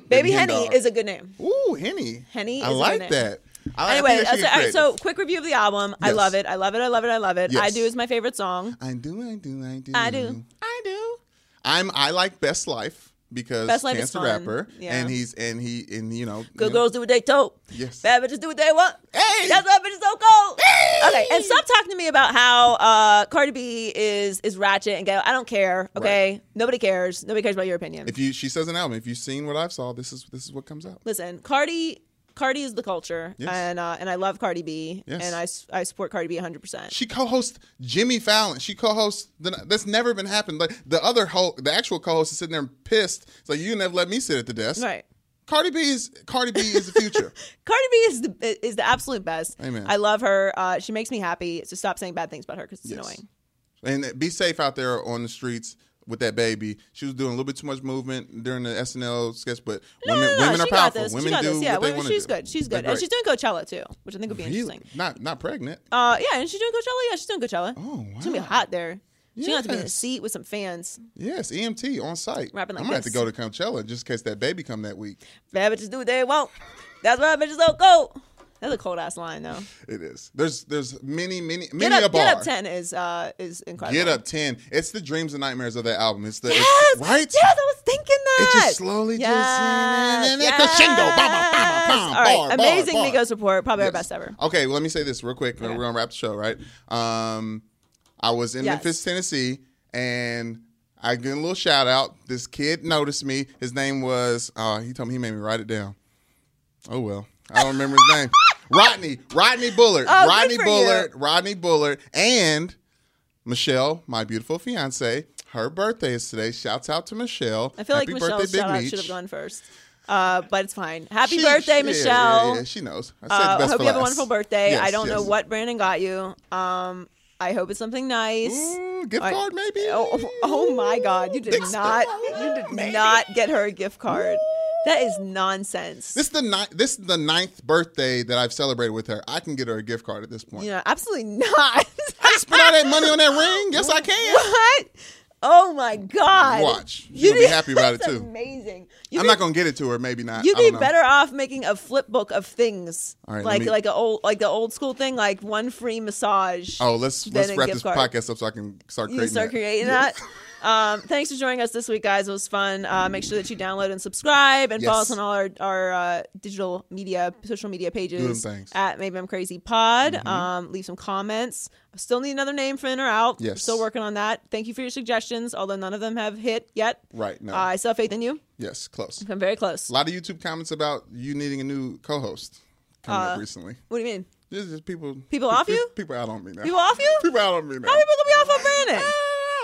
[SPEAKER 5] Baby
[SPEAKER 6] Hen
[SPEAKER 5] Henny
[SPEAKER 6] dog.
[SPEAKER 5] is a good name.
[SPEAKER 6] Ooh, Henny.
[SPEAKER 5] Henny
[SPEAKER 6] I
[SPEAKER 5] is a
[SPEAKER 6] like
[SPEAKER 5] good name.
[SPEAKER 6] that. I, I think
[SPEAKER 5] Anyway, uh,
[SPEAKER 6] that should
[SPEAKER 5] so,
[SPEAKER 6] get
[SPEAKER 5] all right, so
[SPEAKER 6] credit.
[SPEAKER 5] quick review of the album. I
[SPEAKER 6] Yes.
[SPEAKER 5] love it. I love it. I love it. I love it. I
[SPEAKER 6] Yes.
[SPEAKER 5] do is my favorite song.
[SPEAKER 6] I do, I do, I do.
[SPEAKER 5] I do.
[SPEAKER 6] I do. I'm I like Best Life because
[SPEAKER 5] Best Life
[SPEAKER 6] Chance
[SPEAKER 5] is
[SPEAKER 6] the
[SPEAKER 5] fun.
[SPEAKER 6] rapper
[SPEAKER 5] Yeah.
[SPEAKER 6] and he's and he and you know
[SPEAKER 5] Good
[SPEAKER 6] you know,
[SPEAKER 5] girls do what they told.
[SPEAKER 6] Yes.
[SPEAKER 5] Bad bitches do what they want.
[SPEAKER 6] Hey!
[SPEAKER 5] That's why bitches so cold. Okay, and stop talking to me about how uh, Cardi B is is ratchet and ghetto. I don't care. Okay, nobody cares. Nobody cares about your opinion.
[SPEAKER 6] If you she says an album, if you've seen what I've saw, this is this is what comes out.
[SPEAKER 5] Listen, Cardi. Cardi is the culture,
[SPEAKER 6] Yes.
[SPEAKER 5] and uh, and I love Cardi B,
[SPEAKER 6] Yes.
[SPEAKER 5] and I, s- I support Cardi B 100. percent
[SPEAKER 6] She co-hosts Jimmy Fallon. She co-hosts the, that's never been happened. Like the other ho- the actual co-host is sitting there pissed. It's like you never let me sit at the desk.
[SPEAKER 5] Right,
[SPEAKER 6] Cardi B is Cardi B is the future.
[SPEAKER 5] Cardi B is the is the absolute best.
[SPEAKER 6] Amen.
[SPEAKER 5] I love her. Uh, she makes me happy. So stop saying bad things about her because it's
[SPEAKER 6] Yes.
[SPEAKER 5] annoying.
[SPEAKER 6] And be safe out there on the streets with that baby. She was doing a little bit too much movement during the SNL sketch, but women,
[SPEAKER 5] No,
[SPEAKER 6] women
[SPEAKER 5] she
[SPEAKER 6] are
[SPEAKER 5] got
[SPEAKER 6] powerful.
[SPEAKER 5] this.
[SPEAKER 6] Women
[SPEAKER 5] she got
[SPEAKER 6] do
[SPEAKER 5] this. Yeah,
[SPEAKER 6] what they
[SPEAKER 5] women-
[SPEAKER 6] want to
[SPEAKER 5] she's
[SPEAKER 6] do.
[SPEAKER 5] good. She's good,
[SPEAKER 6] They're
[SPEAKER 5] and
[SPEAKER 6] great.
[SPEAKER 5] she's doing Coachella too, which I think would be
[SPEAKER 6] Really?
[SPEAKER 5] interesting.
[SPEAKER 6] Not not pregnant.
[SPEAKER 5] Uh, yeah, and she's doing Coachella. Yeah, she's doing Coachella. Oh,
[SPEAKER 6] wow.
[SPEAKER 5] It's gonna be hot there. She's gonna have to be in a
[SPEAKER 6] Yes.
[SPEAKER 5] seat with some fans.
[SPEAKER 6] yes, EMT on site.
[SPEAKER 5] Rapping like
[SPEAKER 6] I'm gonna have to
[SPEAKER 5] this.
[SPEAKER 6] go to Coachella just in case that baby come that week.
[SPEAKER 5] Bad bitches do what they want. That's why bitches don't go. That's a cold ass line though.
[SPEAKER 6] It is. There's there's many many
[SPEAKER 5] Get
[SPEAKER 6] many a
[SPEAKER 5] up,
[SPEAKER 6] bar.
[SPEAKER 5] get up ten is uh is incredible.
[SPEAKER 6] Get Up 10. It's the dreams and nightmares of that album. It's the it's-
[SPEAKER 5] Yes,
[SPEAKER 6] right.
[SPEAKER 5] Yes, I was thinking that.
[SPEAKER 6] It just slowly just- and then it crescendo. Bam, bam, bam, bam,
[SPEAKER 5] All
[SPEAKER 6] bar,
[SPEAKER 5] right,
[SPEAKER 6] bar,
[SPEAKER 5] amazing
[SPEAKER 6] bar.
[SPEAKER 5] Migos report. Probably our
[SPEAKER 6] Yes.
[SPEAKER 5] best ever.
[SPEAKER 6] Okay, well, let me say this real quick. and We're gonna wrap the show, right? Um, I was in
[SPEAKER 5] Yes.
[SPEAKER 6] Memphis, Tennessee, and I get a little shout out. This kid noticed me. His name was. Uh, he told me he made me write it down. Oh well, I don't remember his name. Rodney, Rodney Bullard,
[SPEAKER 5] Oh, good
[SPEAKER 6] Rodney
[SPEAKER 5] for
[SPEAKER 6] Bullard, Rodney Bullard, and Michelle, my beautiful fiance. Her birthday is today. Shouts out to Michelle.
[SPEAKER 5] I feel
[SPEAKER 6] Happy
[SPEAKER 5] like
[SPEAKER 6] birthday,
[SPEAKER 5] Michelle's
[SPEAKER 6] Big
[SPEAKER 5] shout out
[SPEAKER 6] Meech.
[SPEAKER 5] should have gone first. Uh, but it's fine. Happy
[SPEAKER 6] She-
[SPEAKER 5] birthday,
[SPEAKER 6] yeah, yeah,
[SPEAKER 5] Michelle.
[SPEAKER 6] Yeah, yeah, she knows. I
[SPEAKER 5] Uh,
[SPEAKER 6] saved the
[SPEAKER 5] I
[SPEAKER 6] best
[SPEAKER 5] hope
[SPEAKER 6] for
[SPEAKER 5] you have a
[SPEAKER 6] last.
[SPEAKER 5] wonderful birthday.
[SPEAKER 6] Yes,
[SPEAKER 5] I don't know
[SPEAKER 6] yes.
[SPEAKER 5] what Brandon got you. Um, I hope it's something nice.
[SPEAKER 6] Ooh, Mm, gift
[SPEAKER 5] I-
[SPEAKER 6] card maybe.
[SPEAKER 5] Oh, oh my God! You did
[SPEAKER 6] Big
[SPEAKER 5] not.
[SPEAKER 6] stuff.
[SPEAKER 5] You did
[SPEAKER 6] Maybe.
[SPEAKER 5] not get her a gift card. That is nonsense.
[SPEAKER 6] This is the ninth. This is the ninth birthday that I've celebrated with her. I can get her a gift card at this point.
[SPEAKER 5] you know, absolutely not.
[SPEAKER 6] I can spend all that money on that ring. Yes, I can.
[SPEAKER 5] what? Oh my God!
[SPEAKER 6] Watch. She's
[SPEAKER 5] You
[SPEAKER 6] gonna be
[SPEAKER 5] did-
[SPEAKER 6] happy about it
[SPEAKER 5] that's
[SPEAKER 6] too.
[SPEAKER 5] Amazing. You
[SPEAKER 6] I'm
[SPEAKER 5] did-
[SPEAKER 6] not gonna get it to her. Maybe not.
[SPEAKER 5] You'd
[SPEAKER 6] I don't
[SPEAKER 5] be
[SPEAKER 6] know.
[SPEAKER 5] better off making a flip book of things,
[SPEAKER 6] All right, let
[SPEAKER 5] like
[SPEAKER 6] me-
[SPEAKER 5] like a old like the old school thing, like one free massage.
[SPEAKER 6] Oh, let's
[SPEAKER 5] than
[SPEAKER 6] let's
[SPEAKER 5] a
[SPEAKER 6] wrap
[SPEAKER 5] gift
[SPEAKER 6] this
[SPEAKER 5] card.
[SPEAKER 6] podcast up so I can start
[SPEAKER 5] You
[SPEAKER 6] creating.
[SPEAKER 5] can start
[SPEAKER 6] that.
[SPEAKER 5] creating
[SPEAKER 6] Yeah.
[SPEAKER 5] that. Um, thanks for joining us this week, guys. It was fun. Uh, make sure that you download and subscribe and follow us
[SPEAKER 6] Yes.
[SPEAKER 5] on all our, our uh, digital media, social media pages
[SPEAKER 6] them things. Mm-hmm.
[SPEAKER 5] at Maybe I'm Crazy Pod. Um, leave some comments. I still need another name for In or Out. We're
[SPEAKER 6] Yes.
[SPEAKER 5] still working on that. Thank you for your suggestions, although none of them have hit yet.
[SPEAKER 6] Right, no.
[SPEAKER 5] Uh, I still have faith in you.
[SPEAKER 6] Yes, close.
[SPEAKER 5] I'm very close.
[SPEAKER 6] A lot of YouTube comments about you needing a new co-host coming up recently.
[SPEAKER 5] What do you mean?
[SPEAKER 6] This is people.
[SPEAKER 5] Uh, People off
[SPEAKER 6] pe-
[SPEAKER 5] you?
[SPEAKER 6] People out on me now.
[SPEAKER 5] People off you?
[SPEAKER 6] People out on me now.
[SPEAKER 5] How are people going to be off on Brandon?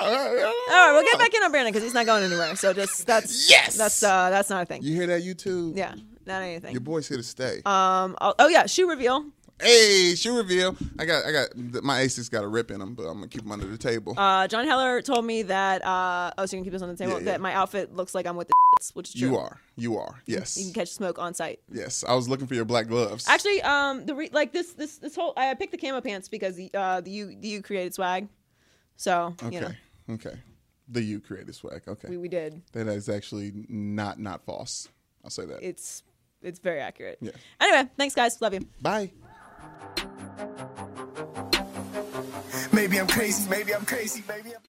[SPEAKER 5] All right,
[SPEAKER 6] right,
[SPEAKER 5] we'll get back in on Brandon because he's not going anywhere. So just that's
[SPEAKER 6] Yes!
[SPEAKER 5] that's uh that's not a thing.
[SPEAKER 6] You hear that, YouTube?
[SPEAKER 5] Yeah, not
[SPEAKER 6] Your
[SPEAKER 5] anything.
[SPEAKER 6] boy's here to stay.
[SPEAKER 5] Um, I'll- oh yeah, shoe reveal.
[SPEAKER 6] hey, shoe reveal. I got, I got th- my Asics got a rip in them, but I'm gonna keep them under the table.
[SPEAKER 5] Uh, John Heller told me that uh oh, so you can keep this on the table
[SPEAKER 6] Yeah, yeah.
[SPEAKER 5] that my outfit looks like I'm with the shits, which is true.
[SPEAKER 6] you are, you are. Yes,
[SPEAKER 5] You can catch smoke on site.
[SPEAKER 6] yes. I was looking for your black gloves.
[SPEAKER 5] Actually, um, the re- like this this this whole I picked the camo pants because the uh the you the you created swag, so
[SPEAKER 6] okay,
[SPEAKER 5] you know
[SPEAKER 6] okay. The you created swag. Okay,
[SPEAKER 5] we, we did.
[SPEAKER 6] that is actually not not false. I'll say that.
[SPEAKER 5] It's it's very accurate.
[SPEAKER 6] Yeah.
[SPEAKER 5] Anyway, thanks guys. Love you.
[SPEAKER 6] Bye.
[SPEAKER 7] Maybe I'm crazy, maybe I'm crazy, maybe I'm